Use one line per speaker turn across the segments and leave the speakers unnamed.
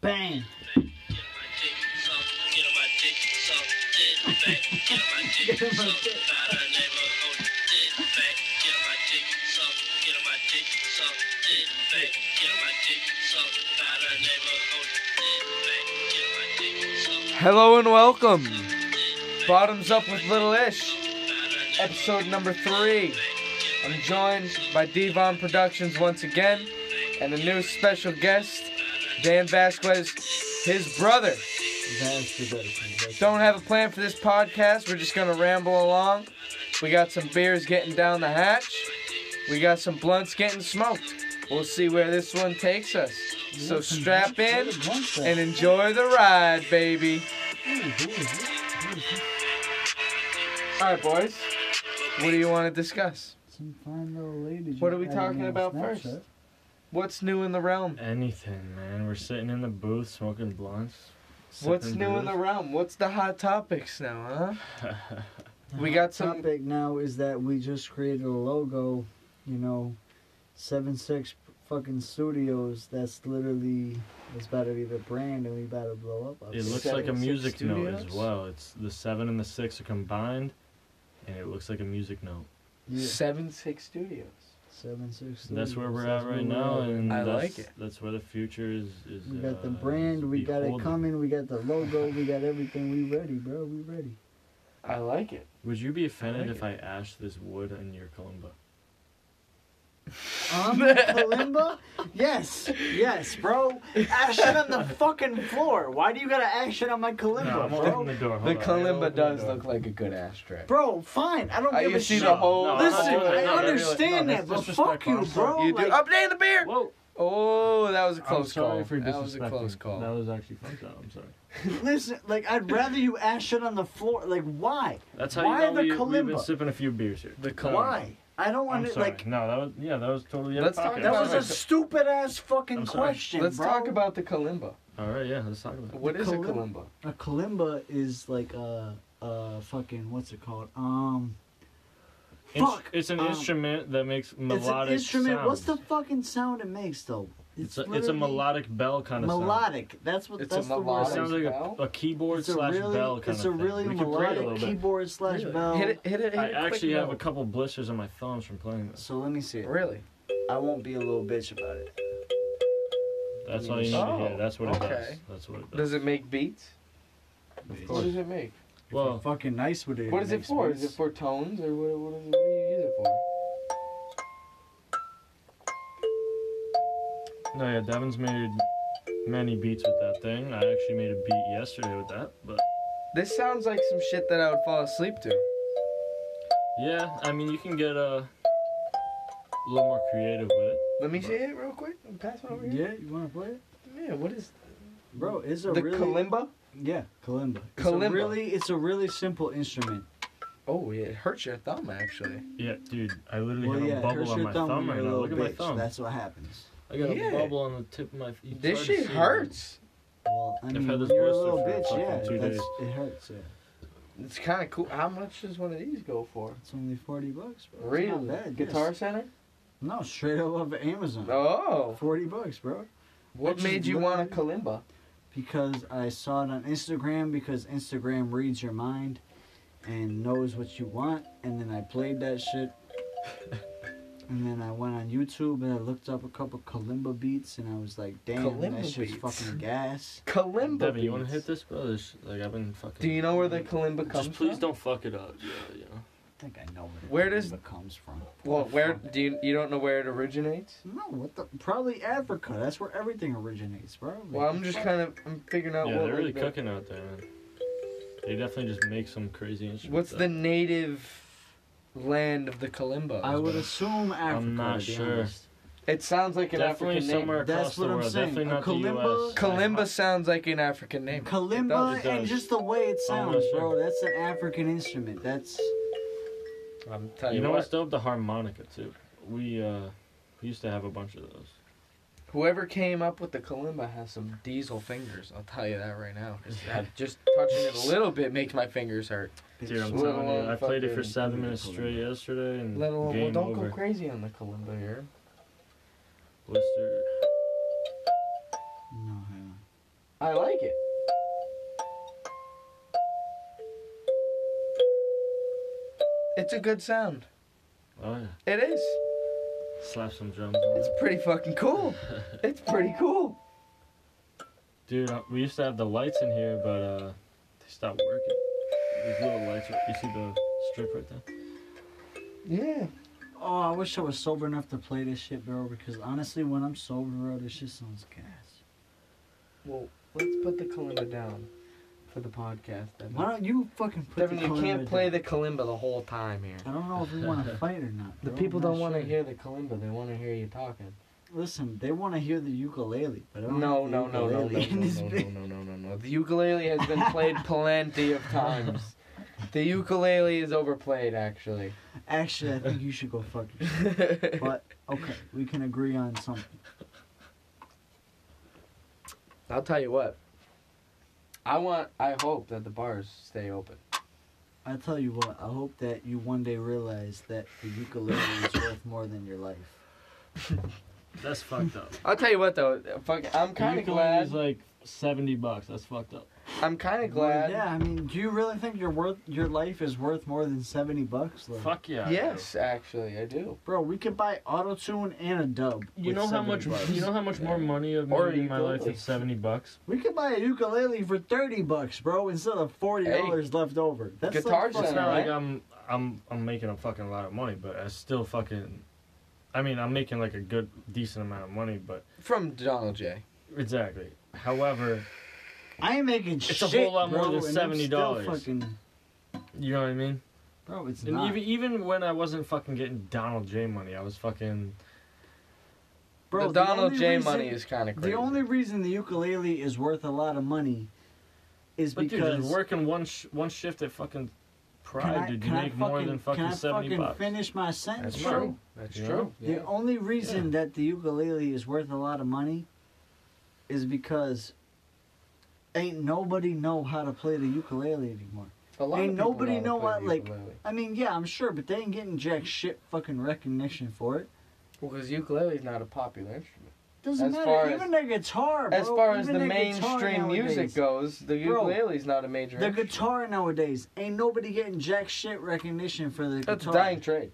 Bang.
Hello and welcome. Bottoms up with Little Ish, episode number three. I'm joined by Devon Productions once again, and a new special guest, Dan Vasquez, his brother.
That's the dedication.
Don't have a plan for this podcast. We're just gonna ramble along. We got some beers getting down the hatch. We got some blunts getting smoked. We'll see where this one takes us. So strap in and enjoy the ride, baby. hmm, All right, boys. What do you want to discuss?
Some fine little ladies.
What are
you
we
got
talking
on
about
Snapchat.
first? What's new in the realm?
Anything, man. We're sitting in the booth smoking blunts.
What's new in the realm? What's the hot topics now,
the?
huh? We got some.
Topic now is that we just created a logo, you know, seven six fucking studios. That's literally it's about to be the brand, and we about to blow up.
it looks
Seven
like a
and six
music note as
studios?
well. It's the seven and the six are combined, and it looks like a music note.
yeah.
Seven Six Studios.
seven six.
And that's where
Studios,
we're
that's
at
where
right
we're
now,
at.
and
I
that's,
like it.
That's where the future is. is
We got the
uh,
brand, we got it
beholden.
coming, we got the logo, we got everything. We ready, bro. We ready.
I like it.
Would you be offended
like
if I ashed this wood in your kalimba?
Um, Kalimba? Yes, yes, bro. Action on the fucking floor. Why do you gotta action on my Kalimba,
I'm
bro?
opening the door.
The
hold on.
kalimba
Open the
does
door.
look like a good ashtray.
Bro, fine. I don't
Uh,
give
you
a
see
shit.
the whole.
No,
Listen,
no, no,
I
no, no,
understand
no,
that, but
that's
fuck you,
disrespectful. I'm sorry.
bro.
you do.
Like,
Update the beer.
Whoa!
Oh, that was a
I'm
close
sorry
call.
for
that was a
disrespecting.
close call.
That was actually fucked up. I'm sorry.
listen, like I'd rather you action on the floor. Like why?
That's how
Why
you know
the
we, we've been
kalimba?
sipping a few beers here.
The
So-
Um,
why? I don't
I'm
want to
sorry.
like.
no, that was yeah, that was totally. out of
Let's talk
pocket.
That
about
was a stupid ass fucking
I'm sorry.
question,
Let's
bro.
talk about the kalimba.
All right, yeah, let's talk about it.
What is a
kalimba.
kalimba?
A kalimba is like a, a fucking what's it called? Um,
Ins-
Fuck!
It's an
Um,
instrument that makes
it's an
melodic
instrument.
sounds.
What's the fucking sound it makes though?
It's a, it's a
literally
melodic bell kind of
Melodic. That's what.
It's
that's
a
the
sound.
word.
It sounds like
Bell?
a, a keyboard
it's a
slash
really,
bell kind
it's
of
a
thing.
really
we can play it a
melodic
little bit.
keyboard slash
Really?
bell.
Hit it, hit it, hit
I
it.
actually
quick,
have
no.
a couple blisters on my thumbs from playing this.
So let me see it.
Really?
I won't be a little bitch about it.
That's all you need to
Oh,
hear. That's what it
okay.
does. That's what it does.
Does it make beats?
Bitch.
What does it make?
Well,
Well,
fucking nice with it.
What is it
makes
for? Is
beats.
it for tones or what? What, is, what do you use it for?
no, yeah, Devin's made many beats with that thing. I actually made a beat yesterday with that, but
This sounds like some shit that I would fall asleep to.
yeah, I mean, you can get uh, a little more creative with it.
Let me see it real quick. Pass it over here.
Yeah, you want to play it,
Yeah. what is
bro? It's a
the
really
kalimba?
yeah kalimba. It's
Kalimba.
a really it's a really simple instrument.
Oh, yeah, it hurts your thumb actually.
Yeah, dude, I literally
Well,
have
yeah,
a
it
bubble
hurts
on
your
my
thumb,
thumb,
when you're
right
a
now.
little
Look at my
bitch.
thumb.
That's what happens.
I got
Yeah.
a bubble on the tip of my. it's
This
hard to
shit
see.
hurts.
Well, I
I've
mean,
had
when
this
you're a
blister
little
for
bitch,
fucking
yeah.
two
that's,
days.
It hurts. Yeah.
It's kind of cool. How much does one of these go for?
It's only forty bucks, bro. It's
Really?
not bad.
Guitar
Yes.
Center?
No, straight up off of Amazon.
Oh.
Forty bucks, bro.
What
just
made you want a kalimba?
Because I saw it on Instagram. Because Instagram reads your mind, and knows what you want. And then I played that shit. And then I went on YouTube and I looked up a couple kalimba beats and I was like, damn,
Kalimba
that shit's
beats.
fucking gas.
Kalimba.
Devin, you want to
beats.
hit this, bro? This, like I've been fucking.
Do you know where the kalimba comes
Just please
from?
don't fuck it up. Yeah, you know.
I think I know where, the
Where does-
kalimba comes from.
Well,
What the
where
fuck?
do you you don't know where it originates?
No, what the? Probably Africa. That's where everything originates, bro. Like,
Well, I'm just kind of I'm figuring out
yeah,
what
they're really
Uh, like, the-
cooking out there, man. They definitely just make some crazy instruments.
What's
up.
the native land of the kalimba?
I would assume Africa.
not
to be
sure.
honest.
It sounds like an
Definitely
African
somewhere
name.
That's
across
what
the
I'm
world.
saying.
Definitely
A
not the
kalimba-
U.S.
Kalimba sounds like an African name.
Kalimba
It does.
and just the way it sounds,
not sure.
bro. That's an African instrument. That's
I'm
You,
telling you,
know
what.
what's dope? The harmonica too. We uh, we used to have a bunch of those.
Whoever came up with the kalimba has some diesel fingers. I'll tell you that right now. 'cause that- just touching it a little bit makes my fingers hurt.
Dude, I'm
Let
telling
alone
you, I played it for
fucking-
seven minutes straight yesterday, and
Let alone, well,
game
don't
over.
go crazy on the kalimba here.
Blister.
no. hang on.
I like it. It's a good sound.
Oh yeah.
It is.
Slap some drums on
It's
it.
pretty fucking cool. It's pretty cool.
Dude, uh, we used to have the lights in here, but uh, they stopped working. These little lights. right- You see the strip right there?
Yeah.
Oh, I wish I was sober enough to play this shit, bro. Because honestly, when I'm sober, bro, this shit sounds gas.
Well, let's put the kalimba down for the podcast. Devin,
Why don't you fucking put
Devin
the
you
color
can't play
down?
the kalimba the whole time here.
I don't know if we want to fight or not.
The
bro.
people
I'm not
don't want to
sure.
hear the kalimba. They want to hear you talking.
Listen, they want to hear the ukulele, but I don't
No,
have
no,
the
no, no, no, no,
ukulele in
no,
this
no,
bitch.
no, no, no, no. The ukulele has been played plenty of times. The ukulele is overplayed, actually.
Actually, I think you should go fuck yourself. But okay, we can agree on something.
I'll tell you what. I want. I hope that the bars stay open.
I tell you what, I hope that you one day realize that the ukulele is worth more than your life.
That's fucked up.
I'll tell you what though. Fuck. I'm kind of glad.
Is like seventy bucks. That's fucked up.
I'm kind of
Well,
glad.
yeah, I mean, do you really think your worth your life is worth more than seventy bucks? Like,
Fuck yeah.
Yes, actually, I do.
bro, we could buy auto tune and a dub.
You
with
know how
70
much
bucks.
you know how much more money I've
Or
made in my life
ukulele.
than seventy bucks.
we could buy a ukulele for thirty bucks, bro, instead of forty dollars left over. That's
Guitar
like fucking-
It's
center.
not like
Alright.
I'm I'm I'm making a fucking lot of money, but I still fucking. I mean, I'm making like a good decent amount of money, but
From Donald J.
exactly. However,
I ain't making
a
shit.
whole lot more
bro,
than
and I'm still
$70.
Fucking,
you know what I mean.
bro, it's
And
not.
even even when I wasn't fucking getting Donald J money, I was fucking
bro,
the Donald
only
J
reason-
money is kind of crazy.
The only reason the ukulele is worth a lot of money is
but dude,
because
just working one sh- one shift at fucking
can I,
Pride, dude, you
can I
make
fucking,
more than
can
fucking
I
seventy
fucking
bucks.
finish my sentence,
That's
Yeah.
bro?
true. That's
Yeah.
true.
The
Yeah.
only reason that the ukulele is worth a lot of money is because ain't nobody know how to play the ukulele anymore.
A lot
Ain't
of people
nobody
how to
know
play
what,
the
like-
ukulele.
I mean, yeah, I'm sure, but they ain't getting jack shit fucking recognition for it.
Well, because ukulele is not a popular instrument.
Doesn't
As far
matter.
as-
Even the guitar, bro.
as far as
even
the
guitar
mainstream music
nowadays.
goes, the
Bro,
ukulele is not a major.
The
instrument.
guitar nowadays ain't nobody getting jack shit recognition for the
That's a
guitar.
dying trade.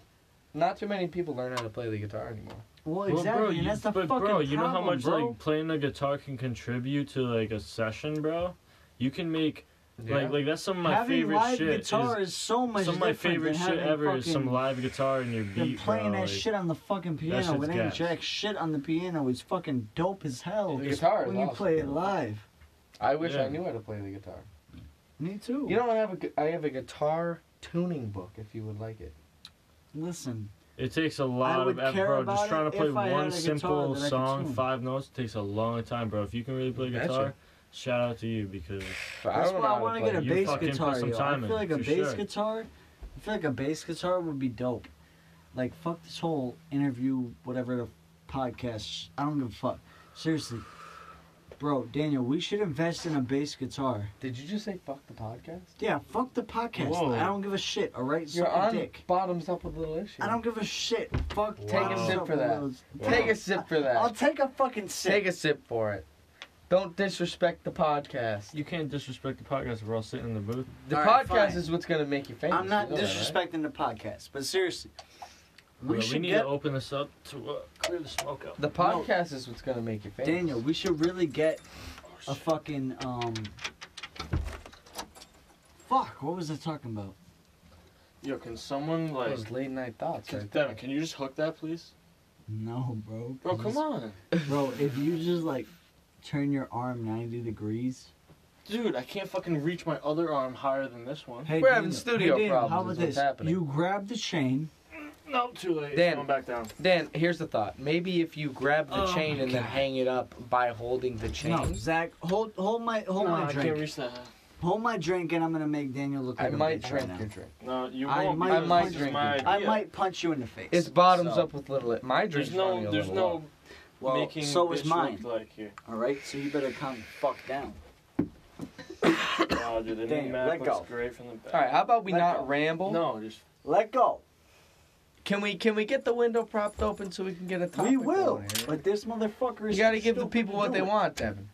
Not too many people learn how to play the guitar anymore.
Well,
Well,
exactly, and
you-
that's the
but
fucking
bro, you know how
problem,
much
bro.
like playing the guitar can contribute to like a session, bro. You can make
Yeah.
like like that's some of my
having
favorite
live
shit. is-
guitar is, so much
some of my
different
favorite
than
shit
having
ever is some
fucking-
live guitar in your
than
beat,
playing
bro.
that
like,
shit on the fucking piano.
shit's
It ain't
gas.
jack shit on the piano. It's fucking dope as hell.
The guitar is
when you
awesome.
play it live.
I wish
Yeah.
I knew how to play the guitar.
Me too.
You know, I have a gu- I have a guitar tuning book. If you would like it,
listen,
It takes a lot of
would care
effort, bro.
about
Just trying
it
to play
if I had a
one
guitar
simple
that I could
song,
tune.
five notes, takes a long time, bro. If you can really play
Gotcha.
guitar, shout out to you because
But
that's
I don't
why
know
I
how
want
to
to get a
play
You
bass
fucking put
guitar.
some
yo. I
time
feel
in,
like a
for
bass
sure.
guitar. I feel like a bass guitar would be dope. Like fuck this whole interview, whatever the podcast. sh- I don't give a fuck. Seriously, bro, Daniel, we should invest in a bass guitar.
Did you just say fuck the podcast?
Yeah, fuck the podcast.
Whoa.
I don't give a shit. All right,
You're
suck a
on
dick.
bottoms up with little issue.
I don't give a shit. Fuck.
Take a
Bottoms
sip
Up
for that.
Willows.
Take a sip for that.
I'll take a fucking sip.
Take a sip for it. Don't disrespect the podcast.
you can't disrespect the podcast if we're all sitting in the booth.
The
All right,
podcast
fine.
is what's gonna make you famous.
I'm not
you know that, right?
disrespecting the podcast, but seriously,
Bro,
we
We,
should
need
get
to open this up to uh, clear the smoke up.
The podcast is what's gonna make you famous.
Daniel. We should really get
Oh,
a fucking um. Fuck! What was I talking about?
Yo, can someone
those late night thoughts. Right there.
Devin, can you just hook that, please?
No, bro.
Bro, come on.
bro. If you just like turn your arm 90 degrees.
Dude, I can't fucking reach my other arm higher than this one.
Hey,
We're having
Daniel,
studio
hey, Daniel,
problems
How
is
about
what's
this?
happening.
You grab the chain.
No, too late.
Dan.
It's going back down.
Dan, here's the thought. Maybe if you grab the
Oh
chain
my
and then
God.
hang it up by holding the chain.
No, Zach, hold hold my hold
no,
my
I
drink.
can't reach that.
Hold my drink, and I'm gonna make Daniel look
I
like a
might
bitch right
drink
now.
your drink.
No, you
I
won't.
might-
because
I might
this is
drink
my
it.
I
idea.
might punch you in the face.
It's bottoms
So-
up with little. My
There's
drink's running
no,
a
there's
little
no
well,
making
so is
bitch
mine.
look like here.
All right, so you better calm the fuck down.
Wow, dude, the
Dan,
new Mac
let
looks
go.
great from the back.
All right, how about we
Let
not
go.
ramble?
No, just
Let go.
Can we can we get the window propped open so we can get a topic?
we will,
going here?
but this motherfucker is.
You got to
too
give the
stupid
people
to
what
do
they
it.
want, Devin.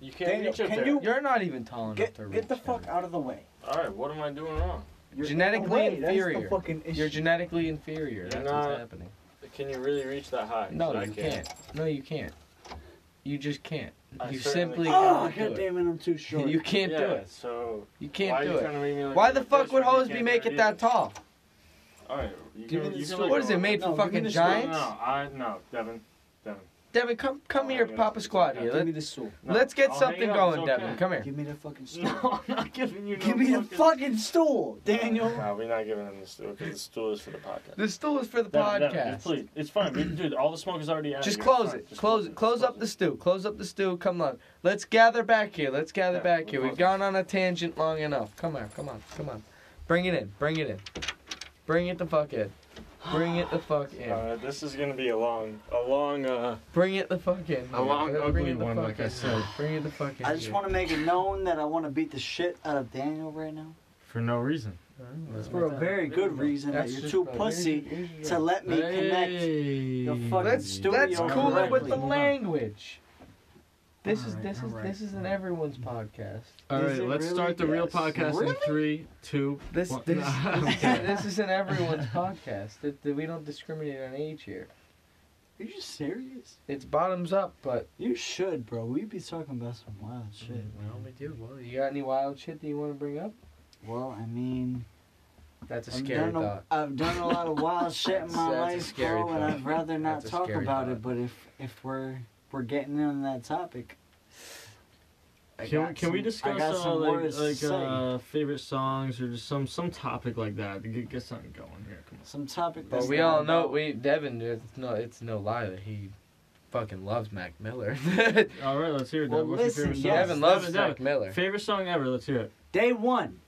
You can't
Daniel,
reach up
can
there.
you-
You're not even tall enough
Get,
to reach.
get the
him.
fuck out of the way.
All right, what am I doing wrong?
You're
Genetically
away,
inferior.
That's the fucking issue.
You're genetically inferior.
You're
That's
not-
what's happening.
Can you really reach that high?
No,
So I
you can't. No, you can't. You just can't.
I
you
certainly
simply
oh, god
can't do it.
damn it, I'm too short.
You can't
yeah,
do it.
So
You
why
can't
are
do
you
it.
trying to make me look
Why
like
the
a bitch
fuck would
when you
hoes be
can't do
making
it
that
either?
tall?
All right, you
Give
can,
me
you
the
can
stool.
let
What is
go
it
of
made
No,
for?
give me
Fucking
the stool.
No,
giants?
no, I no, Devin, Devin.
Devin, come come
No,
here,
I'm gonna-
Papa Squad
no,
here.
Give
Let,
me the stool.
No,
us
I'll
get
hang
something
up,
going,
it's okay.
Devin. Come here.
Give me the fucking stool.
No, I'm not giving you. No
Give me the fucking stool, Daniel.
No, we're not giving him the stool because the stool is for the podcast.
The stool is for the
Devin, Devin,
podcast.
just please, it's fine, We- dude. All the smoke is already out.
Just close it. Close it. Close up the stew. Close up the stew. Come on. Let's gather back here. Let's gather
Yeah,
back
we'll
here. We've
close
gone on a tangent long enough. Come on. Come on. Come on. Bring it in. Bring it in. Bring it the fuck in. Bring it the fuck in.
Uh, this is gonna be a long, a long. Uh,
Bring it the fuck in.
A long,
Bring
ugly
it the
one,
fuck
like I
in.
said.
Bring it the fuck in.
I just
here.
want to make it known that I want to beat the shit out of Daniel right now.
for no reason.
I don't know.
For a very good reason that
That's
you're
just
too
about-
pussy
here's- here's
to
your-
let me connect. the fucking
Let's
studio
let's cool it with
correctly.
the language. This is
Alright,
this is
alright.
this is an everyone's podcast.
All Is right,
All right,
it
let's start the
really? real
real
Yes. podcast
podcast
in Really?
in three, two,
This
What?
this, this, this is an everyone's podcast. That, that we don't discriminate on age here.
Are you serious?
It's bottoms up, but
You should, bro. We be talking about some wild
Mm-hmm.
shit.
well, we do. Well, you got any wild shit that you want to bring up?
Well, I mean,
That's a
I've
scary
done a-
thought.
I've done a lot of wild shit in my
That's a
life,
scary
bro, and
thought.
I'd rather not
That's a
talk
scary
about
thought.
it. But if if we're we're getting in on that topic, I
Can,
got
can we
some- I
discuss
got
uh,
some
like,
words to
like
say.
uh, favorite songs or just some some topic like that? to Get, get something going here. Come
some topic?
But
that's
we
not
all know
about-
we Devin. It's no, it's no lie that he fucking loves Mac Miller.
on. All right, let's hear it.
Well,
Devin. What's
listen,
your favorite song?
yes.
Devin loves
Devin,
Mac Miller.
Favorite song ever? Let's hear it.
Day one,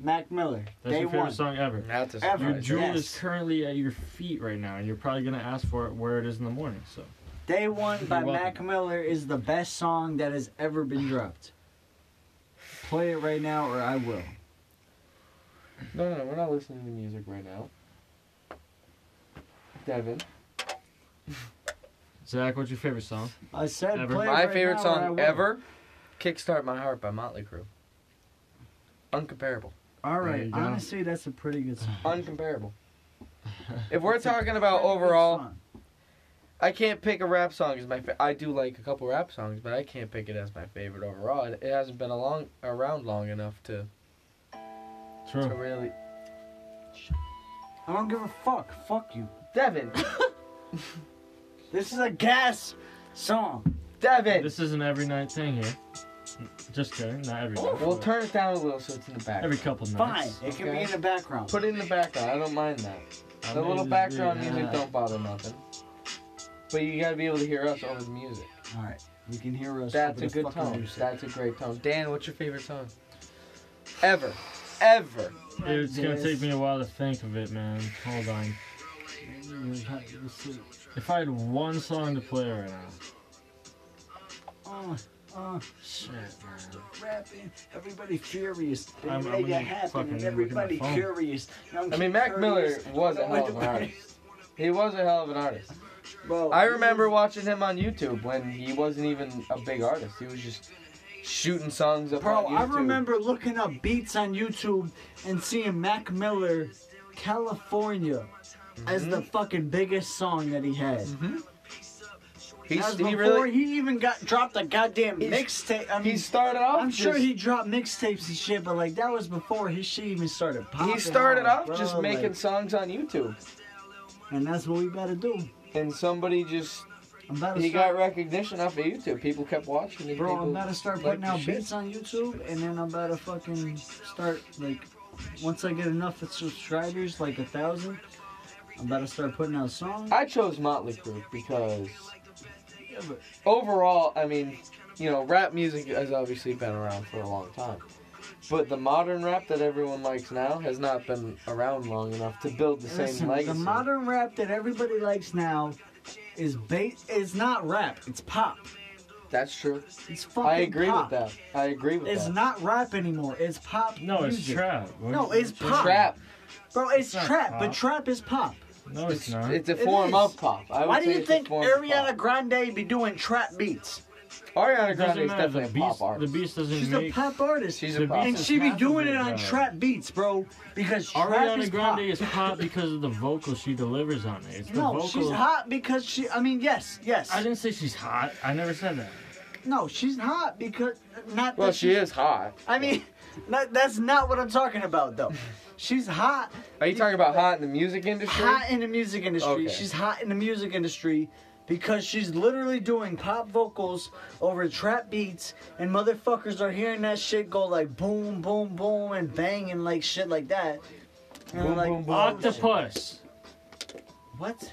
Mac Miller.
That's
day
your favorite
one.
song ever.
That's a
Ever.
Your
Alright,
surprise.
jewel
yes.
is currently at your feet right now, and you're probably gonna ask for it where it is in the morning. So
Day one by
You're welcome.
Mac Miller is the best song that has ever been dropped. Play it right now, or I will.
No, no, no, we're not listening to music right now. Devin.
Zach, what's your favorite song?
I said,
Ever.
play it
My
right
favorite
now, or I
song
will.
ever, Kickstart My Heart by Motley Crue. Uncomparable.
All
There
right,
you go.
honestly, that's a pretty good song.
Uncomparable. If we're
That's a
talking about
pretty good
overall,
song.
I can't pick a rap song as my fa- I do like a couple rap songs, but I can't pick it as my favorite overall. It, it hasn't been a long, around long enough to, to
True.
really.
I don't give a fuck. Fuck you.
Devin!
This is a gas song.
Devin!
This is an every night thing here. Just kidding, not every night.
Oh, we'll
but
turn it down a little so it's in the back.
every couple
Fine,
nights.
it can be
Okay.
in the background.
Put it in the background. I don't mind that.
I
The
may
little
just
background
be-
music don't bother nothing. But you gotta be able to hear us over the music.
All right, you can hear us.
That's
over
a
the
good
fucking
tone.
music.
That's a great tone. Dan, what's your favorite song? Ever. Ever.
It's gonna
Yes.
take me a while to think of it, man. Hold on. If I had one song to play right now,
Oh, oh, shit, man. Rapping, everybody furious. They
I'm- I'm
make it
gonna
happen,
fucking
and
look at my
everybody
phone.
curious.
I mean, Mac Miller was a hell of an
Everybody-
artist. He was a hell of an artist.
Bro,
I remember watching him on YouTube when he wasn't even a big artist. He was just shooting songs up
Bro,
on
I
YouTube.
remember looking up beats on YouTube and seeing Mac Miller, California, as the
Mm-hmm.
fucking biggest song that he had.
He's,
That was
he
before
really.
he even got dropped a goddamn
He's-
mixtape. I mean,
He started off.
I'm sure
just-
he dropped mixtapes and shit, but like that was before his shit even started popping.
He started
off,
off just
bro,
making
like-
songs on YouTube,
and that's what we better do.
and somebody just
I'm about to
he
start,
got recognition off of YouTube. People kept watching. And
bro. I'm
people
about to start putting
liked his
out
shit.
beats on YouTube, and then I'm about to fucking start like, once I get enough subscribers, like a thousand, I'm about to start putting out songs.
I chose Motley Crue because overall, I mean, you know, rap music has obviously been around for a long time. But the modern rap that everyone likes now has not been around long enough to build the same
Listen,
legacy.
the modern rap that everybody likes now is ba- is not rap. It's pop.
That's true.
It's fucking.
I agree
pop.
with that. I agree with
It's
that.
not rap anymore. It's pop.
no, it's
music.
trap. What-
No, it's pop.
Trap.
Bro, it's,
not
trap, but
pop.
trap is pop.
no, it's, not.
It's a
It
form
is.
of pop. I would
Why do
say
you
it's a
think
form of pop.
Ariana Grande be doing trap beats?
Ariana
It
Grande
doesn't
is
matter. The
definitely a
beast,
pop
the
artist.
beast doesn't
She's a
make.
pop artist.
She's
The
a pop.
Beast
and
artist.
is
she be
not
doing
a
it on
pop.
trap beats, bro. Because trap
Ariana
is
Grande
pop.
is pop because of the vocal she delivers on it. It's the
no,
vocal.
she's hot because she. I mean, yes, yes.
I didn't say she's hot. I never said that.
No, she's hot because not.
Well,
that
she
she's-
is hot.
I mean, not, that's not what I'm talking about though. She's hot,
Are you talking about hot in the music industry?
hot in the music industry.
Okay.
She's hot in the music industry because she's literally doing pop vocals over trap beats, and motherfuckers are hearing that shit go like boom, boom, boom, and bang, and like shit like that. And
Boom,
they're like,
boom, boom.
"Oh, shit."
Octopus.
What?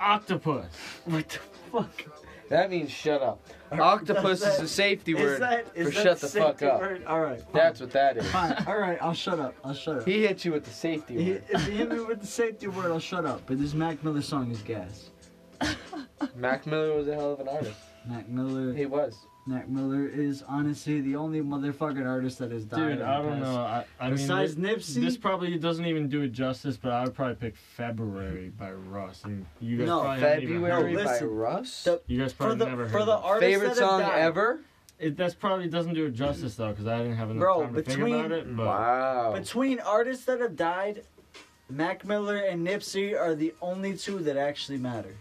Octopus.
What the fuck?
That means shut up. Octopus
Does
is
that-
a safety word for
that
shut the fuck
safety
up.
word? All right. fine.
That's what that is.
Fine. All right. I'll shut up. I'll shut up.
He hit you with the safety
He-
word.
if you hit me with the safety word, I'll shut up. But this Mac Miller song is gas.
Mac Miller was a hell of an artist.
Mac Miller.
He was.
Mac Miller is honestly the only motherfucking artist that has died.
Dude,
in
I
the
don't
past-
know. I, I mean,
Besides
thi-
Nipsey?
this probably doesn't even do it justice. But I would probably pick February by Russ, and you guys
No,
probably haven't even heard
February
it.
No,
by
listen.
Russ.
The-
You guys
For
probably
the
never heard.
for the
it.
artists
Favorite
that have
song
died.
ever?
it, that's probably doesn't do it justice though, because I didn't have enough
Bro,
time to
between-
think about it. But
Wow.
Between artists that have died, Mac Miller and Nipsey are the only two that actually matter.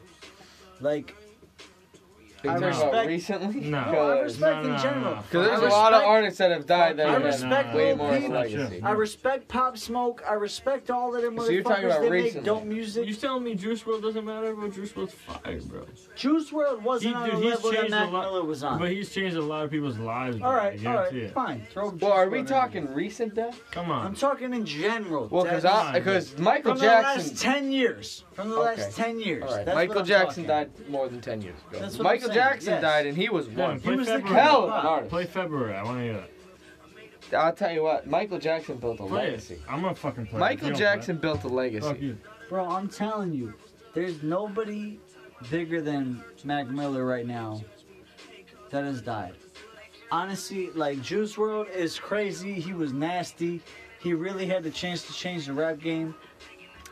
Like,
Are you
I
talking about
respect-
recently?
No.
no, I
Because
respect
no,
in
no,
general.
no. 'Cause
there's
I
a lot of
respect-
artists that have died that
I
have
respect
way
Lil
more of a
Peep.
legacy.
I respect Pop Smoke. I respect all of them
So you're
motherfuckers
talking about
that
recently.
make dope
You
music.
telling me Juice World doesn't matter, bro? Juice World's fire, bro.
Juice World wasn't
He-
on
dude,
the
he's
level that
changed a
Mac
lot.
Miller was on.
But he's changed a lot of people's lives. bro,
all
I
right, all
guarantee
right,
it.
fine. Throw Juice
Well, are
WRLD
we
in there.
talking recent death?
Come on.
I'm talking in general.
Well,
That's-
I-
because Michael
from the last
Jackson.
ten years. From the
Okay.
last ten years.
All right,
That's what
Michael
I'm
Jackson
talking.
died more than ten years ago.
That's what I'm
Michael
saying,
Jackson
yes.
died, and he was
Come on,
one.
play
was the
February.
Hell of an
Fuck.
artist.
Play February. I want to hear it.
I'll tell you what, Michael Jackson built a
Play
legacy.
it. I'm gonna fucking play. it.
Michael
If you don't play it,
Jackson built a
Fuck
legacy.
you.
Bro, I'm telling you, there's nobody bigger than Mac Miller right now that has died. Honestly, like Juice World is crazy. He was nasty. He really had the chance to change the rap game.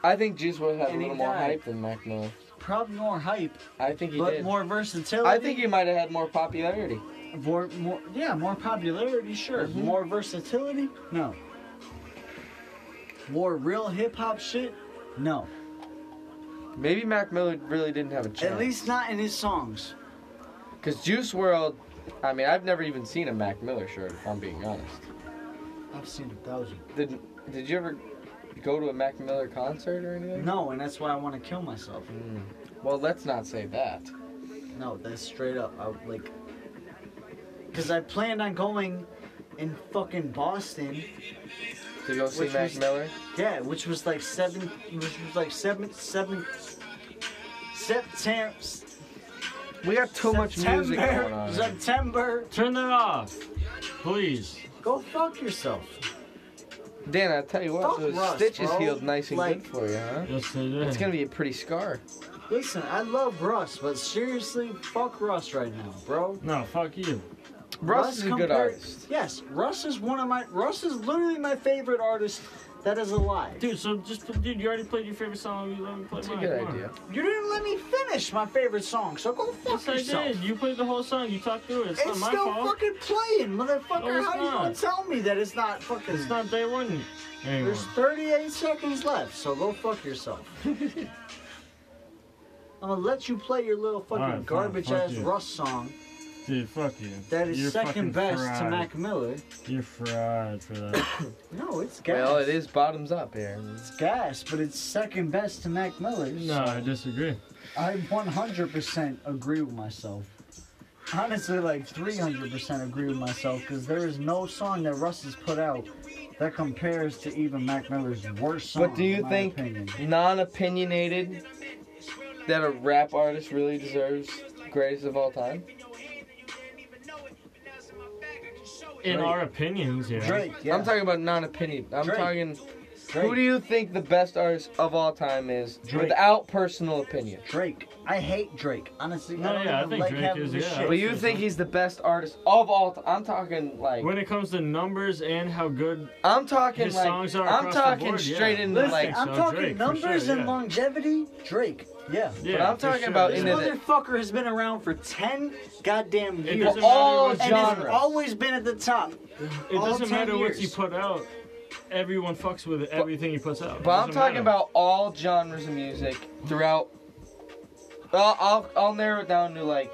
I think Juice would have had a
And he
little more
died.
hype than Mac Miller.
Probably more hype,
I think he
but
did.
more versatility.
I think he might have had more popularity.
more, more yeah, more popularity, sure.
Mhm.
More versatility, no. More real hip hop shit, no.
Maybe Mac Miller really didn't have a chance.
At least not in his songs.
because Juice World. I mean, I've never even seen a Mac Miller shirt. If I'm being honest.
I've seen a thousand.
Did Did you ever go to a Mac Miller concert or anything?
No, and that's why I want to kill myself.
Mm. Well, let's not say that.
No, that's straight up. I, like, because I planned on going in fucking Boston.
To go see
Which
Mac
was-
Miller.
Yeah, which was like seven, which was like seven, seven, September.
We got too much music going on. here.
September.
Turn that off, please.
Go fuck yourself.
Dan, I tell you what,
Fuck
those
Russ,
stitches
bro.
healed nice and
Like-
good for you, huh?
Yes, it is.
It's gonna be a pretty scar.
Listen, I love Russ, but seriously, fuck Russ right now, bro.
No, fuck you.
Russ, is a good
compared-
artist.
Yes, Russ is one of my. Russ is literally my favorite artist that is alive.
Dude, so just dude, you already played your favorite song. You let me play
It's a
mine.
good
Come on.
idea.
You didn't let me finish my favorite song, so go fuck
Yes, I
yourself.
did. You played the whole song. You talked through it. It's,
It's
not my
still
fault.
fucking playing, motherfucker.
No, it's
How you gonna
not.
tell me that it's not fucking?
It's not day one anymore.
There's 38 seconds left, so go fuck yourself. I'm gonna let you play your little fucking
Alright, fine,
garbage
fuck
ass
you.
Russ song
Dude, fuck you.
that is
You're fucking
second best
fried.
to Mac Miller.
You're fried for that.
No, it's gas.
Well, it is bottoms up here.
It's gas, but it's second best to Mac Miller.
no, I disagree.
I 100% agree with myself. Honestly, like 300% agree with myself because there is no song that Russ has put out that compares to even Mac Miller's worst song.
But do
in
you
my
think
opinion.
non-opinionated that a rap artist really deserves greatest of all time?
In
Drake.
our opinions, yeah.
Drake? Yeah.
I'm talking about non-opinion. I'm
Drake.
talking.
Drake.
Who do you think the best artist of all time is
Drake.
without personal opinion?
Drake. I hate Drake. Honestly,
No,
I don't
yeah, I
even
think
like
Drake
having
is-
this
yeah.
shit.
But you think he's the best artist of all time? I'm talking like
When it comes to numbers and how good,
I'm talking
His
like
songs are
I'm
across the
talking
board, yeah.
straight into
Listen,
like
I'm
so,
talking
Drake, for
numbers
sure,
and
yeah.
longevity. Drake. Yeah.
Yeah,
but I'm
for
talking
sure,
about
yeah.
This
in the
motherfucker has been around for ten goddamn
It
years.
doesn't
all
matter what
And has
genres.
always been at the top.
It
all
doesn't
10
matter what you
years.
put out. Everyone fucks with everything he puts out. It
But I'm
doesn't
talking
matter.
about all genres of music throughout. I'll, I'll, I'll narrow it down to like.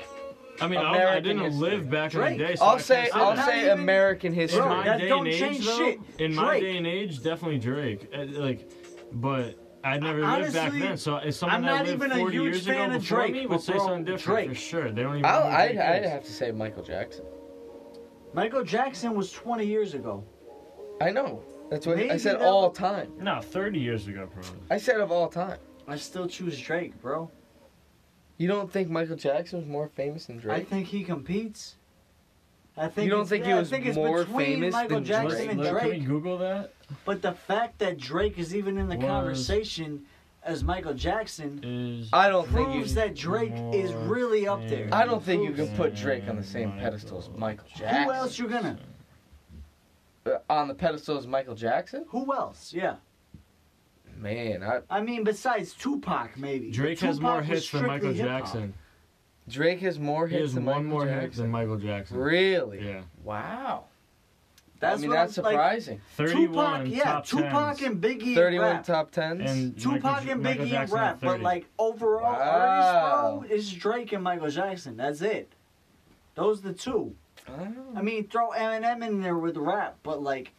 I mean, I don't- I
American
didn't
history.
live back in the
Drake.
day. So I
I'll
can't
say I'll
that.
not
say
even-
American
in
history.
Bro,
my
that
day
don't
and age,
change
though,
shit.
In my
Drake.
day and age, definitely Drake. Uh, like, but I never lived back
Honestly,
then, so if someone
I'm
that
not
lived
even a
40
huge
years
fan
ago
of
before
Drake,
me
but
would say
bro,
something different
Drake.
for sure. They don't even.
I'll,
know who
I'd,
Drake
I'd
is.
have to say Michael Jackson.
Michael Jackson was 20 years ago.
I know. That's what I
Maybe
said.
that
All
would-
time.
No, 30 years ago, probably.
I said of all time.
I still choose Drake, bro.
You don't think Michael Jackson was more famous than
I
Drake?
think he competes. I think
You don't
it's-
think he
yeah,
was
I think it's
more
between
famous
Michael
than
Jackson
Drake?
and
Look, Can we
Drake.
Google that?
But the fact that Drake is even in the
Was-
conversation as Michael Jackson
Is
I don't think you.
proves that Drake is
more
really up there.
famous.
I don't think you
Proves
can put Drake on the same
Mm.
Michael.
pedestal as Michael Jackson.
Who else you gonna?
Uh, on the pedestal as Michael Jackson?
Who else? Yeah.
Man, I,
I mean, besides Tupac, maybe.
Drake
Tupac
has more
was
hits than
strictly
Michael
hip-hop.
Jackson.
Drake has more
He
hits
has
than
one
Michael
more hit
Jackson.
than Michael Jackson.
Really?
Yeah,
Wow.
That's
I mean,
what
that's
I'm- like,
surprising.
Tupac,
31
yeah,
top
Tupac
10s.
and Biggie.
31
rap.
top 10s.
And
Tupac
Michael-
and
Michael
Biggie and
Jackson at
rap, but
30.
like overall
Wow.
artists, bro, is Drake and Michael Jackson. That's it. Those the two. I
Oh.
mean, throw Eminem in there with rap, but like